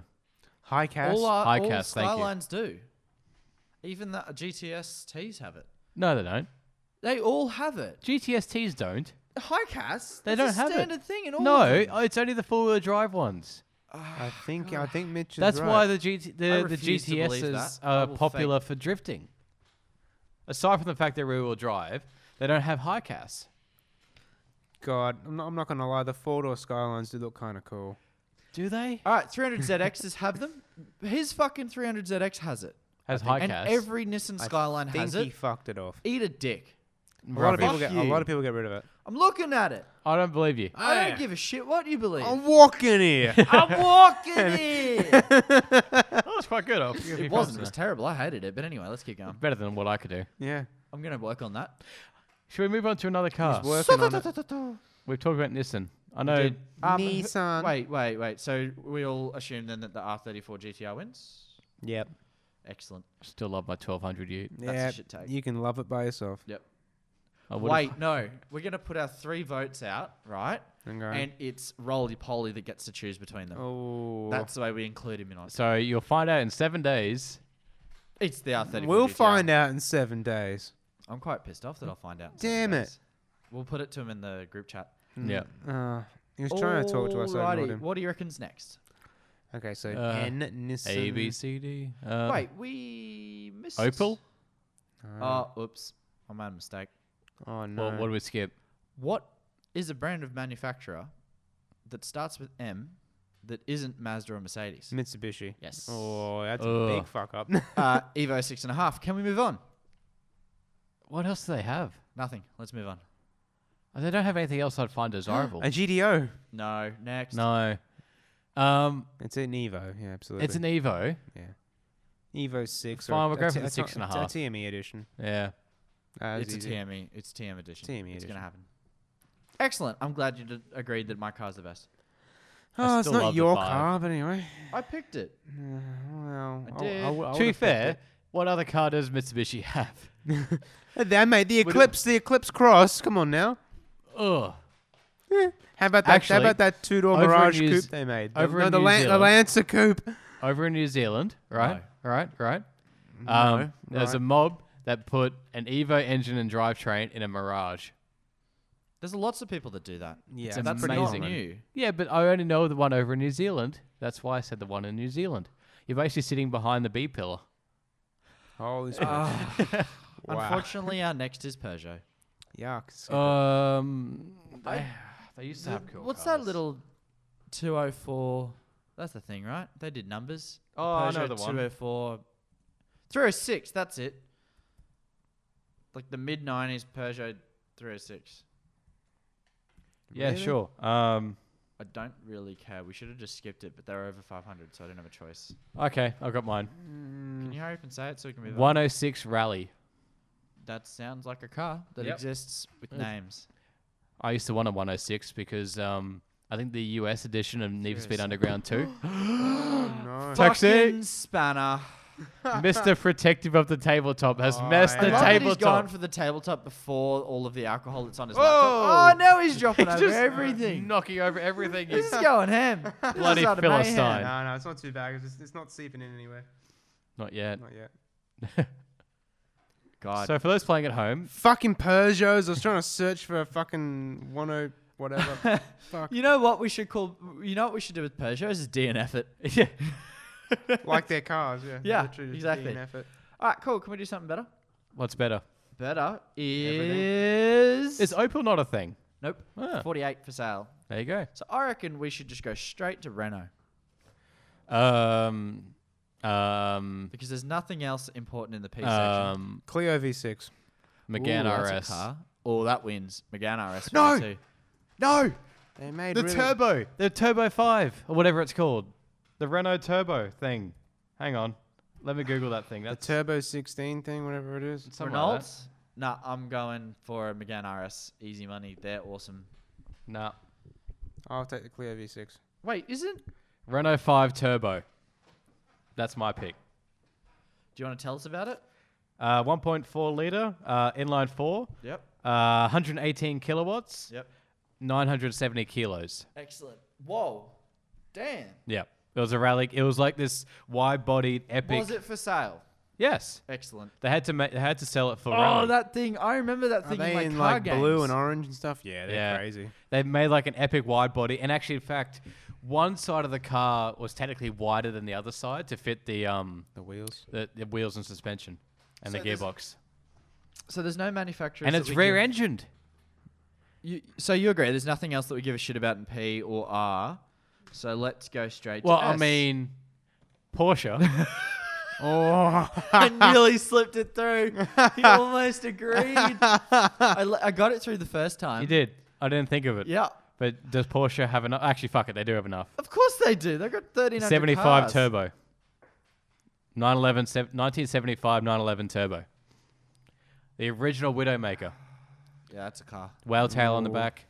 Speaker 2: High cast?
Speaker 3: all uh,
Speaker 4: Hi,
Speaker 3: all
Speaker 4: Cass, thank you.
Speaker 3: Skylines do. Even the GTS Ts have it.
Speaker 4: no, they don't.
Speaker 3: They all have it.
Speaker 4: GTSTs don't.
Speaker 3: Hi, Cass.
Speaker 4: They
Speaker 3: that's
Speaker 4: don't
Speaker 3: a
Speaker 4: have
Speaker 3: standard
Speaker 4: it.
Speaker 3: thing in all.
Speaker 4: no, oh,
Speaker 3: of them.
Speaker 4: it's only the four wheel drive ones.
Speaker 2: I think I think Mitch is
Speaker 4: That's
Speaker 2: right.
Speaker 4: why the GT, the, the
Speaker 3: refuse to believe that.
Speaker 4: GTSs
Speaker 3: I
Speaker 4: are
Speaker 3: will
Speaker 4: popular for drifting. Aside from the fact they're rear wheel drive, they don't have high cast.
Speaker 2: God, I'm not, I'm not gonna lie. The four door Skylines do look kind of cool.
Speaker 4: Do they?
Speaker 3: All right, 300ZXs have them. His fucking 300ZX has it.
Speaker 4: Has high
Speaker 3: and
Speaker 4: cast.
Speaker 3: every Nissan Skyline
Speaker 2: Think
Speaker 3: has
Speaker 2: he
Speaker 3: it.
Speaker 2: fucked it off.
Speaker 3: Eat a dick.
Speaker 2: A lot of
Speaker 4: Rubbish.
Speaker 2: people get a
Speaker 3: you.
Speaker 2: lot of people get rid of it.
Speaker 3: I'm looking at it.
Speaker 4: I don't believe you.
Speaker 3: I don't give a shit what you believe.
Speaker 2: walking here.
Speaker 3: I'm walking here.
Speaker 4: That was Oh, quite good. I'll forgive you
Speaker 3: It
Speaker 4: for
Speaker 3: wasn't. It was
Speaker 4: that.
Speaker 3: terrible. I hated it. But anyway, let's keep going.
Speaker 4: better than what I could do.
Speaker 2: yeah,
Speaker 3: I'm going to work on that.
Speaker 4: Should we move on to another car?
Speaker 2: he's working on it.
Speaker 4: We've talked about Nissan. I know.
Speaker 3: did. Um, who-
Speaker 2: Nissan.
Speaker 3: Wait, wait, wait. So we all assume then that the R34 GTR wins?
Speaker 2: Yep.
Speaker 3: Excellent.
Speaker 4: Still love my 1200 Ute.
Speaker 3: That's a
Speaker 2: Yeah,
Speaker 3: shit take.
Speaker 2: you can love it by yourself.
Speaker 3: Yep.
Speaker 4: I would've-
Speaker 3: Wait, no. We're going to put our three votes out, right?
Speaker 2: Okay.
Speaker 3: And it's roly poly that gets to choose between them.
Speaker 2: oh,
Speaker 3: That's the way we include him in our.
Speaker 4: So you'll find out in seven days.
Speaker 3: It's the R34.
Speaker 2: we'll find out in seven days.
Speaker 3: I'm quite pissed off that I'll find out. in
Speaker 2: Damn
Speaker 3: seven
Speaker 2: it.
Speaker 3: days. We'll put it to him in the group chat.
Speaker 4: Yeah.
Speaker 2: Uh, he was trying to talk to us. I ignored
Speaker 3: Alrighty,
Speaker 2: him.
Speaker 3: What do you reckon's next?
Speaker 2: Okay, so
Speaker 4: Uh,
Speaker 2: N Nissan.
Speaker 4: A B C D. Uh,
Speaker 3: Wait, we missed.
Speaker 4: Opal.
Speaker 3: Oh, oops. I made a mistake.
Speaker 2: Oh no.
Speaker 4: Well, what do we skip?
Speaker 3: What is a brand of manufacturer that starts with M that isn't Mazda or Mercedes?
Speaker 2: Mitsubishi.
Speaker 3: Yes.
Speaker 2: Oh, that's a
Speaker 4: Ugh.
Speaker 2: big fuck up.
Speaker 3: Uh, Evo six and a half. Can we move on?
Speaker 4: What else do they have?
Speaker 3: Nothing. Let's move on.
Speaker 4: Oh, They don't have anything else I'd find desirable.
Speaker 2: a GDO.
Speaker 3: No. Next.
Speaker 4: no. Um,
Speaker 2: It's an Evo. Yeah, absolutely.
Speaker 4: it's an Evo.
Speaker 2: Evo six.
Speaker 4: Fine,
Speaker 2: or
Speaker 4: we'll go for the
Speaker 2: it's
Speaker 4: six
Speaker 2: not-
Speaker 4: and a
Speaker 2: It's a TME edition.
Speaker 4: Yeah.
Speaker 2: Uh,
Speaker 3: It's a
Speaker 2: easy.
Speaker 4: E.
Speaker 3: TME. It's TM edition.
Speaker 2: TME
Speaker 3: it's
Speaker 2: edition.
Speaker 3: gonna happen. Excellent. I'm glad you did, agreed that my car's the best.
Speaker 2: Oh, it's
Speaker 4: still
Speaker 2: not
Speaker 4: love the
Speaker 2: your
Speaker 4: five.
Speaker 2: car, but anyway. Uh,
Speaker 3: I picked it.
Speaker 2: Well,
Speaker 3: I
Speaker 2: I'll-
Speaker 3: did.
Speaker 2: I'll- I'll
Speaker 4: to
Speaker 2: would've
Speaker 4: be
Speaker 2: picked
Speaker 4: fair, what other car does Mitsubishi have?
Speaker 2: it. Hey, there, mate. The Eclipse. The Eclipse Cross. Come on now.
Speaker 4: Ugh.
Speaker 2: How about that?
Speaker 4: Actually,
Speaker 2: how about that two-door
Speaker 4: over in
Speaker 2: Mirage
Speaker 4: New
Speaker 2: coupe
Speaker 4: Ze-
Speaker 2: they made?
Speaker 4: over
Speaker 2: no,
Speaker 4: in
Speaker 2: the,
Speaker 4: New
Speaker 2: Lan- the
Speaker 4: Zealand.
Speaker 2: Lancer coupe.
Speaker 4: over in New Zealand, right? Right, right. Um, There's a
Speaker 2: right.
Speaker 4: mob that put an Evo engine and drivetrain in a Mirage.
Speaker 3: There's lots of people that do that.
Speaker 2: Yeah,
Speaker 3: so that's
Speaker 4: pretty
Speaker 3: not
Speaker 4: common.
Speaker 3: new.
Speaker 4: Yeah, but I only know the one over in New Zealand. That's why I said the one in New Zealand. You're basically sitting behind the B pillar.
Speaker 2: Holy smokes! wow.
Speaker 3: Unfortunately, our next is Peugeot.
Speaker 2: Yuck. it's good.
Speaker 4: Oh. Um, they, they used to have cool.
Speaker 3: What's
Speaker 4: cars.
Speaker 3: that little 204? That's the thing, right? They did numbers.
Speaker 4: Oh, I know the one.
Speaker 3: 204. 306, that's it. Like the mid 90s Peugeot 306.
Speaker 4: Yeah,
Speaker 2: Really?
Speaker 4: sure. Um,
Speaker 3: I don't really care. We should have just skipped it, but they're over 500, so I don't have a choice.
Speaker 4: okay, I've got mine. Mm.
Speaker 3: Can you hurry up and say it so we can move on?
Speaker 4: 106 Rally.
Speaker 3: That sounds like a car that
Speaker 4: Yep.
Speaker 3: exists with names.
Speaker 4: I used to want a 106 because um, I think the US edition of Need for Speed Underground 2.
Speaker 2: no.
Speaker 4: Taxi.
Speaker 3: Fucking spanner.
Speaker 4: Mr. Protective of the Tabletop has messed
Speaker 2: yeah.
Speaker 4: the
Speaker 2: I
Speaker 3: I love that he's gone
Speaker 4: tabletop.
Speaker 3: for the tabletop before all of the alcohol that's on his
Speaker 2: Whoa!
Speaker 3: laptop. Oh, now he's dropping
Speaker 4: He's
Speaker 3: over
Speaker 4: just
Speaker 3: everything.
Speaker 4: Knocking over everything.
Speaker 3: This is going ham. This is
Speaker 4: Bloody
Speaker 3: out of mayhem.
Speaker 4: Philistine.
Speaker 2: No, no, it's not too bad. It's, just, it's not seeping in anywhere.
Speaker 4: Not yet.
Speaker 2: Not yet.
Speaker 3: God.
Speaker 4: So for those playing at home,
Speaker 2: Fucking Peugeots. I was trying to search for a fucking one o whatever. Fuck.
Speaker 3: you know what we should call? You know what we should do with Peugeots is DNF it. yeah.
Speaker 2: like their cars. Yeah.
Speaker 3: Yeah,
Speaker 2: Literally just
Speaker 3: exactly.
Speaker 2: DNF it.
Speaker 3: All right. Cool. Can we do something better?
Speaker 4: what's better?
Speaker 3: Better is
Speaker 4: Is Opel not a thing?
Speaker 3: nope.
Speaker 4: Ah.
Speaker 3: Forty-eight for sale.
Speaker 4: There you go.
Speaker 3: So I reckon we should just go straight to Renault
Speaker 4: Um, um,
Speaker 3: because there's nothing else important in the P section.
Speaker 4: um,
Speaker 2: Clio V6.
Speaker 4: McGann
Speaker 3: Ooh,
Speaker 4: RS.
Speaker 3: That's a car. Oh, that wins. Megane RS.
Speaker 4: No!
Speaker 3: too.
Speaker 4: No,
Speaker 2: They made
Speaker 4: the
Speaker 2: really-
Speaker 4: turbo, the turbo five or whatever it's called, the Renault turbo thing. Hang on, let me Google that thing.
Speaker 2: The
Speaker 4: That's
Speaker 2: turbo 16 thing, whatever it is.
Speaker 4: something like
Speaker 3: Renault.
Speaker 4: that.
Speaker 3: Nah, I'm going for a Megane RS. Easy money. They're awesome.
Speaker 4: Nah,
Speaker 2: I'll take the Clio V6.
Speaker 3: Wait, isn't? Do
Speaker 4: Renault five turbo. That's my pick.
Speaker 3: you want to tell us about it?
Speaker 4: Uh, 1.4 liter uh, inline four,
Speaker 3: Yep.
Speaker 4: uh, 118 kilowatts,
Speaker 3: Yep.
Speaker 4: 970 kilos.
Speaker 3: Excellent. Whoa. Damn.
Speaker 4: Yeah, it was a rally. It was like this wide-bodied epic.
Speaker 3: Was it for sale?
Speaker 4: Yes,
Speaker 3: Excellent.
Speaker 4: they had to ma- they had to sell it for. rally.
Speaker 3: Oh, that thing. I remember that
Speaker 2: Are they in like blue and orange and stuff? Yeah, they're
Speaker 4: Yeah.
Speaker 2: crazy.
Speaker 4: They made like an epic wide body, and actually, in fact, one side of the car was technically wider than the other side to fit the um
Speaker 2: The wheels.
Speaker 4: the, the wheels and suspension and
Speaker 3: So
Speaker 4: the
Speaker 3: there's-
Speaker 4: gearbox,
Speaker 3: So there's no manufacturer.
Speaker 4: and it's rear-engined.
Speaker 3: You, so you agree? There's nothing else that we give a shit about in P or R. So let's go straight.
Speaker 4: Well,
Speaker 3: to
Speaker 4: I
Speaker 3: S.
Speaker 4: mean, Porsche.
Speaker 2: Oh,
Speaker 3: I nearly slipped it through. He almost agreed. I, le- I got it through the first time.
Speaker 4: you did. I didn't think of it.
Speaker 3: Yeah.
Speaker 4: But does Porsche have enough? Actually, fuck it. They do have enough.
Speaker 3: Of course they do. They've got 1300
Speaker 4: Seventy-five
Speaker 3: cars.
Speaker 4: turbo. 911, sev- 1975 911 turbo. The original Widowmaker.
Speaker 3: Yeah, that's a car.
Speaker 4: Whale tail on the back.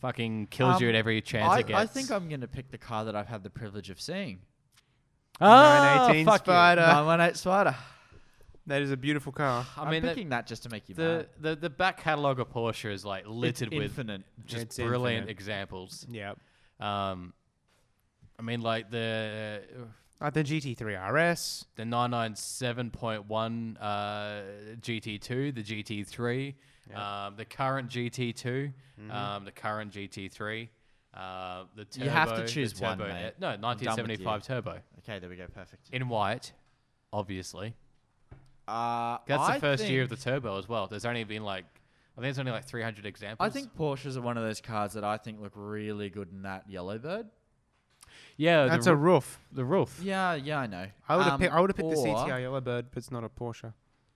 Speaker 4: Fucking kills you
Speaker 3: Um,
Speaker 4: at every chance
Speaker 3: I,
Speaker 4: it gets.
Speaker 3: I think I'm going to pick the car that I've had the privilege of seeing. Oh,
Speaker 4: Ah,
Speaker 2: 918
Speaker 4: fuck you.
Speaker 2: Spider. Uh,
Speaker 3: 918 Spider.
Speaker 2: that is a beautiful car.
Speaker 4: I
Speaker 3: I'm
Speaker 4: mean, that-
Speaker 3: picking that, just to make you
Speaker 4: the,
Speaker 3: mad.
Speaker 4: the the back catalog of Porsche is like littered
Speaker 3: it's
Speaker 4: with
Speaker 3: infinite.
Speaker 4: just
Speaker 2: It's
Speaker 4: brilliant
Speaker 2: infinite.
Speaker 4: examples.
Speaker 2: Yeah.
Speaker 4: Um, I mean, like the
Speaker 2: Like the GT3 RS.
Speaker 4: the 997.1 uh, GT2, the GT3, um, the current GT2, um, the current GT3. Uh, the turbo,
Speaker 3: You have to
Speaker 4: the
Speaker 3: choose one,
Speaker 4: turbo-
Speaker 3: mate.
Speaker 4: No,
Speaker 3: I'm done with you.
Speaker 4: 1975 turbo
Speaker 3: Okay, there we go. Perfect.
Speaker 4: in white, obviously.
Speaker 3: Uh,
Speaker 4: That's
Speaker 3: I
Speaker 4: the first year of the
Speaker 3: think-
Speaker 4: turbo as well. There's only been like, I think it's only like 300 examples.
Speaker 3: I think Porsches are one of those cars that I think look really good in that yellow bird.
Speaker 4: yeah,
Speaker 2: That's
Speaker 4: Oh,
Speaker 2: a
Speaker 4: the,
Speaker 2: roof.
Speaker 4: the roof.
Speaker 3: Yeah, yeah, I know.
Speaker 2: I would have
Speaker 3: Um,
Speaker 2: picked. I would have picked the
Speaker 3: or-
Speaker 2: CTR Yellowbird, but it's not a Porsche.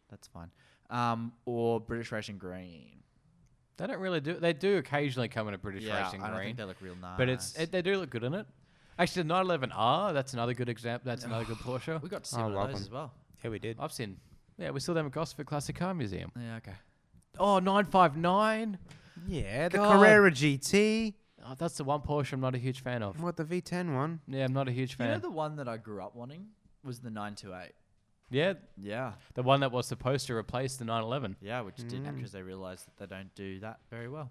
Speaker 3: That's fine. Um, or British Racing Green.
Speaker 4: They don't really do. They do occasionally come in a British
Speaker 3: yeah,
Speaker 4: racing
Speaker 3: I don't
Speaker 4: green,
Speaker 3: think they look real nice.
Speaker 4: but it's it, they do look good in it. Actually, the 911R. That's another good example. That's another good
Speaker 3: we
Speaker 4: Porsche.
Speaker 3: got to see
Speaker 2: I
Speaker 3: one
Speaker 2: love
Speaker 3: of those
Speaker 2: them.
Speaker 3: as well.
Speaker 2: Yeah, we did.
Speaker 4: I've seen. Yeah, we still have a Gosford Classic Car Museum.
Speaker 3: Yeah, okay.
Speaker 4: Oh, 959.
Speaker 2: Yeah, the
Speaker 4: God.
Speaker 2: Carrera GT.
Speaker 4: Oh, that's the one Porsche I'm not a huge fan of.
Speaker 2: What the V10 one?
Speaker 4: Yeah, I'm not a huge fan.
Speaker 3: You know the one that I grew up wanting was the 928.
Speaker 4: yeah,
Speaker 3: Yeah,
Speaker 4: the one that was supposed to replace the 911.
Speaker 2: Mm.
Speaker 3: yeah, which didn't because they realised that they don't do that very well.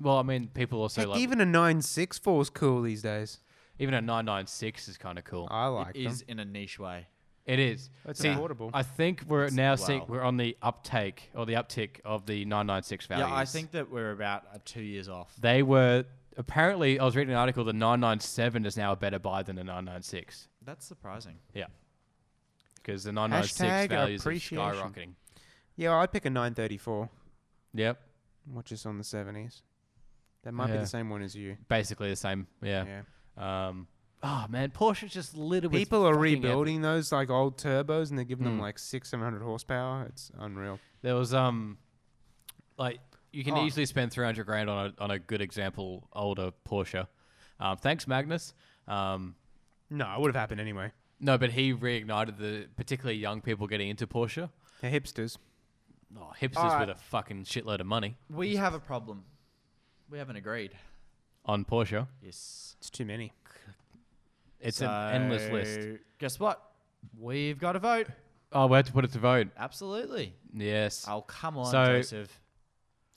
Speaker 4: Well, I mean, people also
Speaker 2: Heck,
Speaker 4: like even,
Speaker 2: even a nine six four's cool these days.
Speaker 4: a nine nine six is kind of cool.
Speaker 2: I like
Speaker 3: it
Speaker 2: them.
Speaker 3: is in a niche way.
Speaker 4: it is.
Speaker 2: It's
Speaker 4: See,
Speaker 2: affordable.
Speaker 4: I think we're now seeing
Speaker 3: wow.
Speaker 4: we're on the uptake or the uptick of the nine nine six values.
Speaker 3: Yeah, I think that we're about uh, two years off.
Speaker 4: they were apparently. I was reading an article. The nine nine seven is now a better buy than the nine nine six.
Speaker 3: That's surprising.
Speaker 4: Yeah, because the nine nine six
Speaker 2: Hashtag
Speaker 4: values are
Speaker 2: appreciation.
Speaker 4: skyrocketing.
Speaker 2: Yeah, I'd pick a nine thirty four,
Speaker 4: Yep,
Speaker 2: which is on the seventies. That might be
Speaker 4: Yeah.
Speaker 2: the same one as you.
Speaker 4: basically the same. Yeah.
Speaker 2: Yeah.
Speaker 4: Um. Oh man, Porsche's just littered with
Speaker 2: People are
Speaker 4: fucking every-
Speaker 2: rebuilding those like old turbos, and they're giving them like six, seven hundred horsepower. It's unreal.
Speaker 4: There was um, like you can
Speaker 2: Oh.
Speaker 4: easily spend three hundred grand on a on a good example older Porsche. Um, thanks Magnus. Um,
Speaker 2: No, it would have happened anyway.
Speaker 4: no, but he reignited the particularly young people getting into Porsche.
Speaker 2: They're hipsters.
Speaker 4: Oh, hipsters
Speaker 3: Alright.
Speaker 4: with a fucking shitload of money
Speaker 3: We have a problem. We haven't agreed.
Speaker 4: on Porsche.
Speaker 3: Yes.
Speaker 2: It's too many.
Speaker 4: It's an endless list.
Speaker 3: So, Guess what? We've got a vote.
Speaker 4: Oh, we have to put it to vote.
Speaker 3: Absolutely.
Speaker 4: Yes.
Speaker 3: Oh, come on,
Speaker 4: So-
Speaker 3: Joseph.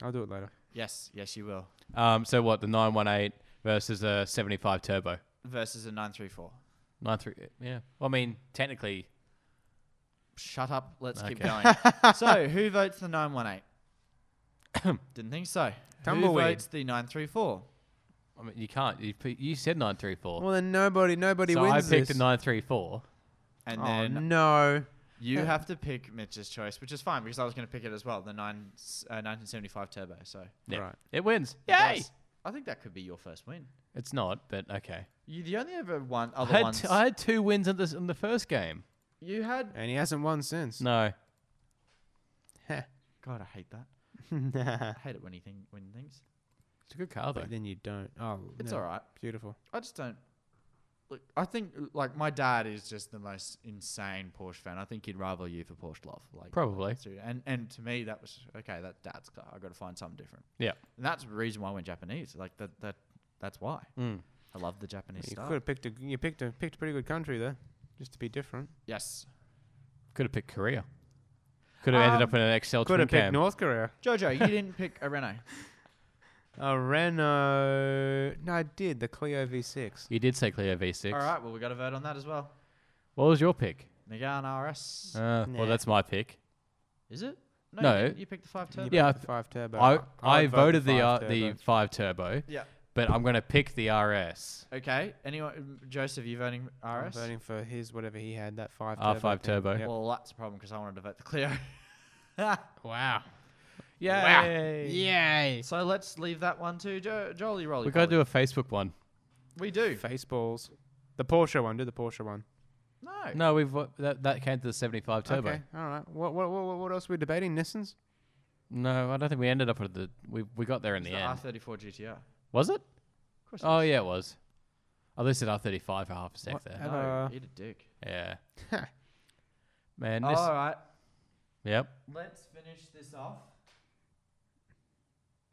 Speaker 2: I'll do it later.
Speaker 3: Yes, yes, you will.
Speaker 4: Um, so what? The nine one eight versus a seventy five turbo.
Speaker 3: Versus a 934.
Speaker 4: Nine three. Yeah. Well, I mean, technically,
Speaker 3: Shut up. Let's keep
Speaker 4: Okay.
Speaker 3: going. so, who votes the 918? Didn't think so.
Speaker 2: Tumbleweed.
Speaker 3: Who votes the 934?
Speaker 4: I mean, you can't. You put- you said nine three four.
Speaker 2: Well, then nobody, nobody
Speaker 4: so
Speaker 2: wins.
Speaker 4: I picked
Speaker 2: this.
Speaker 4: a nine three four.
Speaker 3: And
Speaker 2: Oh
Speaker 3: then
Speaker 2: no!
Speaker 3: you have to pick Mitch's choice, which is fine because I was going to pick it as well, the 9 uh, 1975 turbo. So,
Speaker 4: Yeah.
Speaker 2: Right.
Speaker 4: It wins.
Speaker 3: Yes. I think that could be your first win.
Speaker 4: It's not, but okay.
Speaker 3: You the only other one
Speaker 4: I
Speaker 3: other
Speaker 4: had,
Speaker 3: ones
Speaker 4: t- I had two wins in, this, in the first game.
Speaker 3: you had.
Speaker 2: And he hasn't won since.
Speaker 4: No.
Speaker 2: Heh.
Speaker 3: God, I hate that. I hate it when he think when he thinks
Speaker 4: It's a good car, though.
Speaker 2: but then you don't. Oh,
Speaker 3: it's
Speaker 2: no.
Speaker 3: all right.
Speaker 2: Beautiful.
Speaker 3: I just don't. Look, I think like my dad is just the most insane Porsche fan. I think he'd rival you for Porsche love. Like
Speaker 4: Probably.
Speaker 3: so- and and to me that was okay. That dad's car. I got to find something different.
Speaker 4: Yeah.
Speaker 3: And that's the reason why I went Japanese. Like that that that's why
Speaker 4: Mm.
Speaker 3: I love the Japanese
Speaker 2: You
Speaker 3: style.
Speaker 2: could have picked a. You picked a picked a pretty good country there, just to be different.
Speaker 3: Yes,
Speaker 4: Could have picked Korea. Could have ended up in an Excel
Speaker 2: Could
Speaker 4: twin
Speaker 2: have Um, picked
Speaker 4: cam.
Speaker 2: North Korea.
Speaker 3: Jojo, you didn't pick a Renault.
Speaker 2: A Renault. No, I did the Clio V6.
Speaker 4: you did say Clio V6.
Speaker 3: All right. Well, we got a vote on that as well.
Speaker 4: What was your pick?
Speaker 3: Nagano RS.
Speaker 4: Uh,
Speaker 2: Nah.
Speaker 4: Well, that's my pick.
Speaker 3: is it?
Speaker 4: No.
Speaker 3: You, didn't. You picked the five turbo.
Speaker 4: Yeah, I
Speaker 2: The
Speaker 4: th-
Speaker 2: five turbo.
Speaker 4: I, I,
Speaker 2: would vote
Speaker 4: voted the
Speaker 2: five
Speaker 4: uh, the
Speaker 2: turbo.
Speaker 4: 5 Turbo,
Speaker 3: Yeah.
Speaker 4: but I'm going to pick the RS.
Speaker 3: Okay. Anyone, Joseph, you voting
Speaker 2: I'm
Speaker 3: RS?
Speaker 2: voting for his whatever he had that five.
Speaker 4: R5
Speaker 2: turbo thing.
Speaker 4: Ah, turbo.
Speaker 2: Yep.
Speaker 3: Well, that's a problem because I wanted to vote the Clio.
Speaker 4: Wow.
Speaker 3: Wow.
Speaker 4: Yay.
Speaker 2: Yay!
Speaker 3: so let's leave that one to jo- Jolly Rolly.
Speaker 4: we got to do a Facebook one.
Speaker 3: We do.
Speaker 2: Face balls. The Porsche one. Do the Porsche one.
Speaker 3: No.
Speaker 4: No, we've vo- that, that came to the 75 Turbo.
Speaker 2: Okay. All right. What what what, what else are we debating? Nissans.
Speaker 4: No, I don't think we ended up with the. We, we got there in
Speaker 3: It's the
Speaker 4: the end.
Speaker 3: R34 GTR. Of
Speaker 4: Was it?
Speaker 3: course.
Speaker 4: Oh yeah, it was. I listed R thirty five for half a sec
Speaker 2: What-
Speaker 3: No,
Speaker 4: there.
Speaker 2: Uh,
Speaker 3: eat a dick.
Speaker 4: Yeah. Man, this.
Speaker 3: All right.
Speaker 4: Yep.
Speaker 3: Let's finish this off.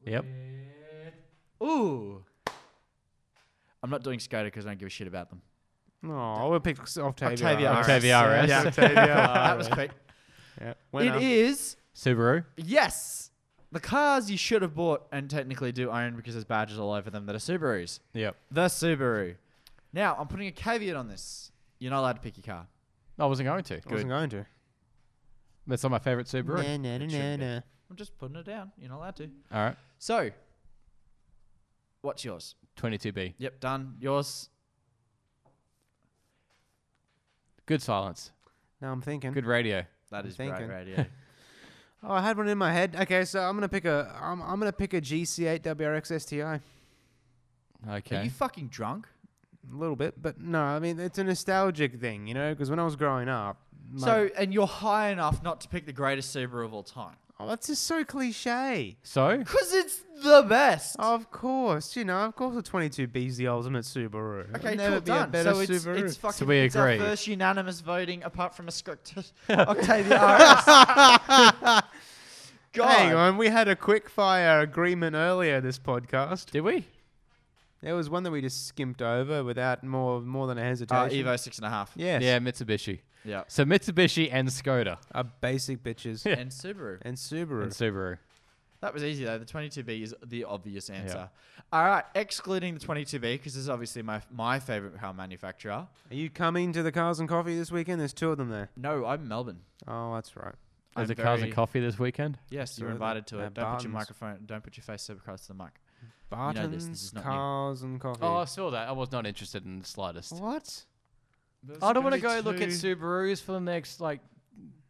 Speaker 4: Yep.
Speaker 3: with- Ooh. I'm not doing Skoda because I don't give a shit about them.
Speaker 2: No, we'll pick Octavia.
Speaker 3: Octavia
Speaker 2: RS.
Speaker 4: Octavia RS.
Speaker 2: Yeah,
Speaker 4: Yeah.
Speaker 2: Octavia.
Speaker 3: that was quick.
Speaker 2: yeah.
Speaker 3: It
Speaker 2: Winner.
Speaker 3: is
Speaker 4: Subaru.
Speaker 3: Yes. The cars you should have bought and technically do own because there's badges all over them that are Subarus.
Speaker 4: Yep.
Speaker 3: The Subaru. Now, I'm putting a caveat on this. You're not allowed to pick your car.
Speaker 4: No, I wasn't going to.
Speaker 2: I wasn't going to.
Speaker 4: That's not my favorite Subaru.
Speaker 2: na,
Speaker 3: It should be. I'm just putting it down. You're not allowed to.
Speaker 4: All right.
Speaker 3: So, what's yours?
Speaker 4: Twenty two B.
Speaker 3: Yep, done. Yours.
Speaker 4: Good silence.
Speaker 2: Now I'm thinking.
Speaker 4: Good radio.
Speaker 3: That
Speaker 2: I'm
Speaker 3: is bright
Speaker 2: thinking.
Speaker 3: radio.
Speaker 2: Oh, I had one in my head. Okay, so I'm gonna pick a. I'm, I'm gonna pick a GC8 WRX STI.
Speaker 3: Are you
Speaker 4: Okay.
Speaker 3: fucking drunk?
Speaker 2: A little bit, but no. I mean, it's a nostalgic thing, you know. Because when I was growing up, my-
Speaker 3: So, and you're high enough not to pick the greatest Subaru of all time.
Speaker 2: oh, that's just so cliche.
Speaker 4: So
Speaker 3: Because it's the best.
Speaker 2: Of course, you know. Of course, the 22B's the ultimate Subaru. There'll
Speaker 3: Okay,
Speaker 2: never
Speaker 3: cool,
Speaker 2: be
Speaker 3: done.
Speaker 2: a better
Speaker 3: so it's,
Speaker 2: Subaru.
Speaker 3: it's fucking
Speaker 4: we
Speaker 3: it's our
Speaker 4: agree.
Speaker 3: first unanimous voting apart from a Scoct- Octavia RS. God.
Speaker 2: Hang on, we had a quick fire agreement earlier this podcast.
Speaker 4: did we?
Speaker 2: There was one that we just skimped over without more more than a
Speaker 3: Uh,
Speaker 2: hesitation.
Speaker 3: Evo six and a half.
Speaker 2: Yes.
Speaker 4: Yeah, Mitsubishi.
Speaker 3: Yeah.
Speaker 4: So Mitsubishi and Skoda
Speaker 2: Are basic bitches
Speaker 3: And Subaru.
Speaker 2: and Subaru.
Speaker 4: and Subaru.
Speaker 3: That was easy though. The 22B is the obvious answer. All right, excluding the 22B because this is obviously my my favorite car manufacturer.
Speaker 2: Are you coming to the Cars and Coffee this weekend? There's two of them there.
Speaker 3: No, I'm Melbourne.
Speaker 2: Oh, that's right.
Speaker 4: There's
Speaker 3: I'm
Speaker 4: a cars
Speaker 3: very-
Speaker 4: and coffee this weekend.
Speaker 3: Yes, you're
Speaker 2: Absolutely.
Speaker 3: invited to it.
Speaker 2: They're
Speaker 3: Don't put your
Speaker 2: Bartons.
Speaker 3: microphone. Don't put your face so close to the mic.
Speaker 2: Bartons,
Speaker 3: know this, this is not new.
Speaker 2: Cars and Coffee.
Speaker 4: Oh, I saw that. I was not interested in the slightest.
Speaker 2: what?
Speaker 4: I don't want to go look at Subarus for the next like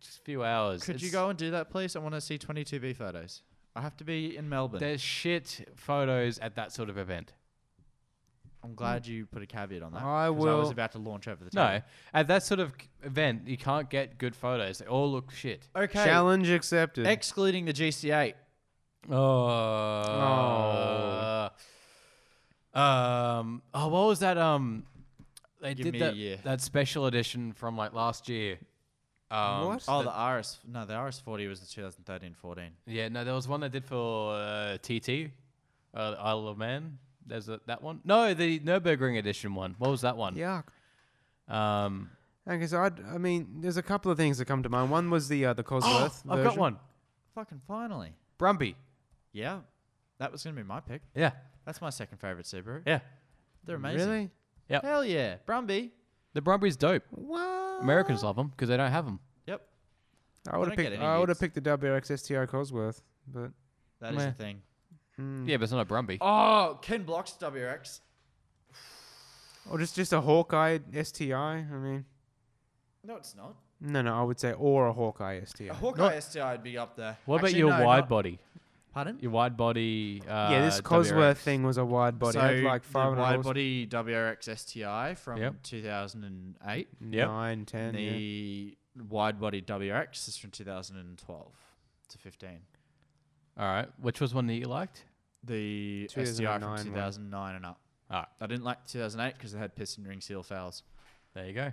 Speaker 4: just few hours.
Speaker 3: Could you
Speaker 4: It's-
Speaker 3: go and do that, please? I want to see 22B photos. I have to be in Melbourne.
Speaker 4: There's shit photos at that sort of event.
Speaker 3: I'm glad you put a caveat on that.
Speaker 2: I
Speaker 3: 'cause I was
Speaker 2: will-
Speaker 3: about to launch over the
Speaker 4: No,
Speaker 3: top.
Speaker 4: at that sort of c- event, you can't get good photos. They all look shit.
Speaker 3: Okay.
Speaker 2: Challenge accepted.
Speaker 3: Excluding the GC8.
Speaker 4: Oh. Um. Oh, what was that? Um, they
Speaker 3: Give
Speaker 4: did
Speaker 3: me a
Speaker 4: that,
Speaker 3: year.
Speaker 4: that special edition from like last year. Um,
Speaker 2: what?
Speaker 3: Oh, the RS. No, the RS40 was the 2013-14.
Speaker 4: Yeah, no, there was one they did for uh, TT, uh, Isle of Man. There's a, that one. No, the Nurburgring edition one. What was that one?
Speaker 2: Yuck.
Speaker 4: Um.
Speaker 2: Okay, so I'd, I mean, there's a couple of things that come to mind. One was the uh, the
Speaker 3: Oh,
Speaker 2: Cosworth.
Speaker 4: I've got
Speaker 2: version.
Speaker 4: one.
Speaker 3: Fucking finally.
Speaker 4: Brumby.
Speaker 3: Yeah. That was going to be my pick.
Speaker 4: Yeah.
Speaker 3: That's my second favorite Subaru.
Speaker 4: Yeah.
Speaker 3: They're amazing.
Speaker 2: Really?
Speaker 4: Yep.
Speaker 3: Hell yeah. Brumby.
Speaker 4: The Brumby's dope.
Speaker 2: What?
Speaker 4: Americans love them because they don't have them.
Speaker 3: Yep.
Speaker 2: I would
Speaker 3: don't
Speaker 2: have
Speaker 3: get
Speaker 2: picked.
Speaker 3: any
Speaker 2: I would have picked
Speaker 3: utes.
Speaker 2: the WRX STI Cosworth, but
Speaker 3: That is
Speaker 4: Meh.
Speaker 3: the thing.
Speaker 2: Hmm.
Speaker 4: Yeah, but it's not a Brumby.
Speaker 3: Oh, Ken Block's WRX.
Speaker 2: or just just a Hawkeye STI. I mean,
Speaker 3: No, it's not.
Speaker 2: no, no, I would say or a Hawkeye STI.
Speaker 3: A Hawkeye STI would be up there.
Speaker 4: What about
Speaker 3: Actually,
Speaker 4: your
Speaker 3: no,
Speaker 4: wide
Speaker 3: not-
Speaker 4: body?
Speaker 3: Pardon?
Speaker 4: Your wide body. Uh,
Speaker 2: yeah, this Cosworth thing was a wide body.
Speaker 3: So
Speaker 2: it had like
Speaker 3: the
Speaker 2: 500
Speaker 3: wide
Speaker 2: horse-
Speaker 3: body WRX STI from
Speaker 4: Yep.
Speaker 3: 2008.
Speaker 4: Yeah.
Speaker 2: nine, ten.
Speaker 3: the
Speaker 2: yeah.
Speaker 3: wide body WRX is from 2012 to 15.
Speaker 4: All right. Which was one that you liked?
Speaker 3: The STI
Speaker 2: 2009
Speaker 3: from
Speaker 2: one.
Speaker 3: 2009 and up.
Speaker 2: Ah.
Speaker 4: All right.
Speaker 3: I didn't like 2008 because it had piston ring seal fails.
Speaker 4: There you go.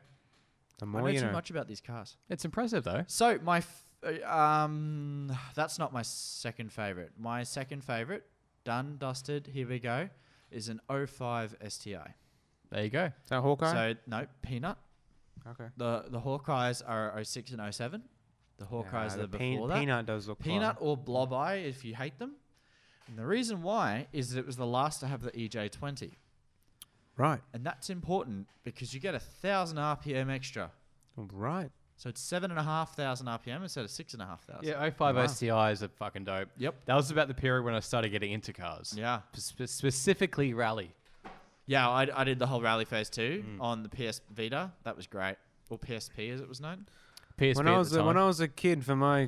Speaker 2: The
Speaker 3: I
Speaker 2: more
Speaker 3: know
Speaker 2: you
Speaker 3: too
Speaker 2: know.
Speaker 3: much about these cars.
Speaker 4: It's impressive though.
Speaker 3: So my, f- uh, um, that's not my second favorite. My second favorite, done dusted. Here we go, is an 05 STI.
Speaker 4: There you go.
Speaker 2: Is that Hawkeye?
Speaker 3: So no peanut.
Speaker 2: okay.
Speaker 3: The the Hawkeyes are 06 and 07. The
Speaker 2: Nah,
Speaker 3: Hawkeyes are
Speaker 2: the
Speaker 3: the
Speaker 2: pean-
Speaker 3: before that.
Speaker 2: Peanut does look
Speaker 3: Peanut
Speaker 2: fine.
Speaker 3: or Blob Eye if you hate them. And the reason why is that it was the last to have the EJ20.
Speaker 2: Right.
Speaker 3: And that's important because you get a thousand RPM extra.
Speaker 2: Right.
Speaker 3: So it's seven and a half thousand RPM instead of six and a half thousand.
Speaker 4: Yeah, 05
Speaker 2: Wow.
Speaker 4: STIs are fucking dope.
Speaker 3: Yep.
Speaker 4: That was about the period when I started getting into cars.
Speaker 3: Yeah.
Speaker 4: Spe- specifically rally.
Speaker 3: Yeah, I, I did the whole rally phase too on the PS Vita. That was great. Or PSP as it was known.
Speaker 4: PSP
Speaker 2: when I was
Speaker 4: at
Speaker 2: a,
Speaker 4: the time.
Speaker 2: when I was a kid for my uh,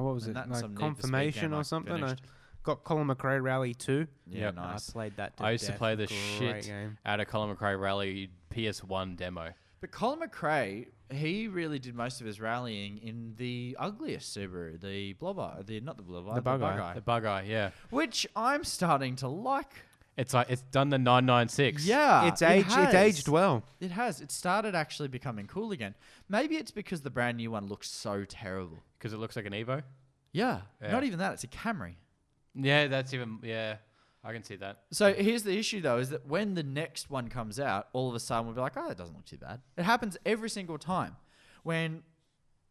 Speaker 2: what was
Speaker 3: And
Speaker 2: it
Speaker 3: that's some
Speaker 2: like
Speaker 3: Need for Speed
Speaker 2: confirmation
Speaker 3: game I
Speaker 2: or something? I
Speaker 3: finished.
Speaker 2: got Colin McRae Rally Two.
Speaker 3: Yeah,
Speaker 4: Yep.
Speaker 3: nice.
Speaker 2: I played that. To
Speaker 4: I used to
Speaker 2: death.
Speaker 4: play the
Speaker 2: Great
Speaker 4: shit
Speaker 2: game.
Speaker 4: out of Colin McRae Rally PS1 demo.
Speaker 3: But Colin McRae, he really did most of his rallying in the ugliest Subaru, the Blob Eye, the not the Blob Eye, the
Speaker 2: Bug
Speaker 3: Bug,
Speaker 2: Eye.
Speaker 3: Eye,
Speaker 4: The bug eye, yeah.
Speaker 3: which I'm starting to like.
Speaker 4: It's like it's done the 996.
Speaker 3: Yeah,
Speaker 2: it's
Speaker 3: it
Speaker 2: aged.
Speaker 3: has.
Speaker 2: It's aged well.
Speaker 3: It has. It started actually becoming cool again. Maybe it's because the brand new one looks so terrible.
Speaker 4: Because it looks like an Evo.
Speaker 3: Yeah,
Speaker 4: Yeah.
Speaker 3: not even that. It's a Camry.
Speaker 4: Yeah, that's even. Yeah, I can see that.
Speaker 3: So here's the issue though: is that when the next one comes out, all of a sudden we'll be like, "Oh, that doesn't look too bad." It happens every single time. When,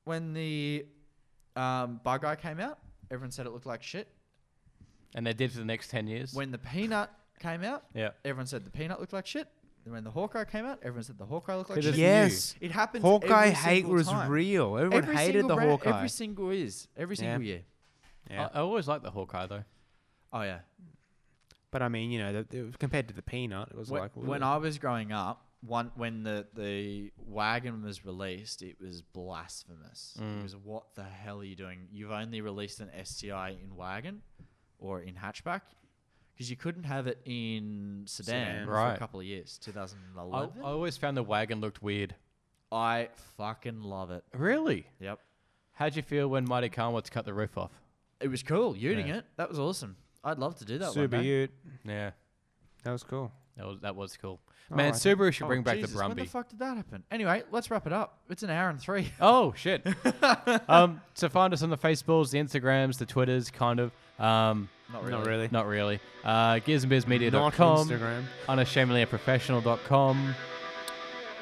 Speaker 3: when the um, Bug Eye came out, everyone said it looked like shit.
Speaker 4: And they did for the next 10 years.
Speaker 3: When the Peanut came out,
Speaker 4: yeah.
Speaker 3: everyone said the Peanut looked like shit. And when the Hawkeye came out, everyone said the Hawkeye looked like
Speaker 4: Because
Speaker 3: shit.
Speaker 2: Yes.
Speaker 4: it's new.
Speaker 3: It happens.
Speaker 2: Hawkeye
Speaker 3: every
Speaker 2: hate
Speaker 3: single
Speaker 2: was
Speaker 3: time.
Speaker 2: real. Everyone
Speaker 3: Every
Speaker 2: hated
Speaker 3: single
Speaker 2: the
Speaker 3: brand-
Speaker 2: Hawkeye.
Speaker 3: Every single is. Every
Speaker 2: Yeah.
Speaker 3: single year.
Speaker 2: Yeah.
Speaker 4: I, I always liked the Hawkeye, though.
Speaker 3: Oh yeah.
Speaker 2: but I mean, you know, the, it was- compared to the peanut, it was
Speaker 3: When,
Speaker 2: like
Speaker 3: when I was growing up, one when the the wagon was released, it was blasphemous.
Speaker 4: Mm.
Speaker 3: It was what the hell are you doing? You've only released an STI in wagon or in hatchback. Because you couldn't have it in sedan,
Speaker 2: Sedan.
Speaker 3: for a
Speaker 4: Right. Oh,
Speaker 3: couple of years,
Speaker 4: I,
Speaker 3: 2011.
Speaker 4: I always found the wagon looked weird.
Speaker 3: I fucking love it.
Speaker 4: Really?
Speaker 3: Yep.
Speaker 4: How'd you feel when Mighty Carmel cut the roof off?
Speaker 3: It was cool. Uting
Speaker 4: Yeah.
Speaker 3: it. That was awesome. I'd love to do that one
Speaker 2: Super
Speaker 3: day.
Speaker 2: Ute.
Speaker 4: Yeah.
Speaker 2: That was cool.
Speaker 4: That was that was cool.
Speaker 2: Oh,
Speaker 4: Man,
Speaker 2: I think-
Speaker 4: Subaru should
Speaker 3: Oh,
Speaker 4: bring back
Speaker 3: Jesus,
Speaker 4: the
Speaker 3: When the
Speaker 4: Brumby.
Speaker 3: fuck did that happen? Anyway, let's wrap it up. It's an hour and three.
Speaker 4: oh shit. um, so find us on the Facebooks, the Instagrams, the Twitters, kind of. Um,
Speaker 3: Not
Speaker 2: Not really.
Speaker 4: not really. Uh,
Speaker 2: Not
Speaker 4: gearsandbeersmedia.com,
Speaker 2: Instagram.
Speaker 4: unashamedlyprofessional.com.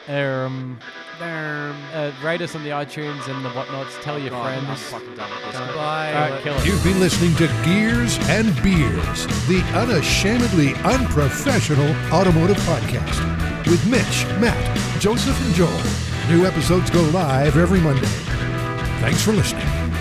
Speaker 4: Um,
Speaker 2: Damn.
Speaker 4: uh, rate us on the iTunes and the whatnots. Tell your
Speaker 3: Oh God, I'm
Speaker 4: friends.
Speaker 3: fucking done with this.
Speaker 4: Don't-
Speaker 3: Goodbye.
Speaker 4: don't kill us.
Speaker 1: You've been listening to Gears and Beers, the unashamedly unprofessional automotive podcast with Mitch, Matt, Joseph, and Joel. New episodes go live every Monday. Thanks for listening.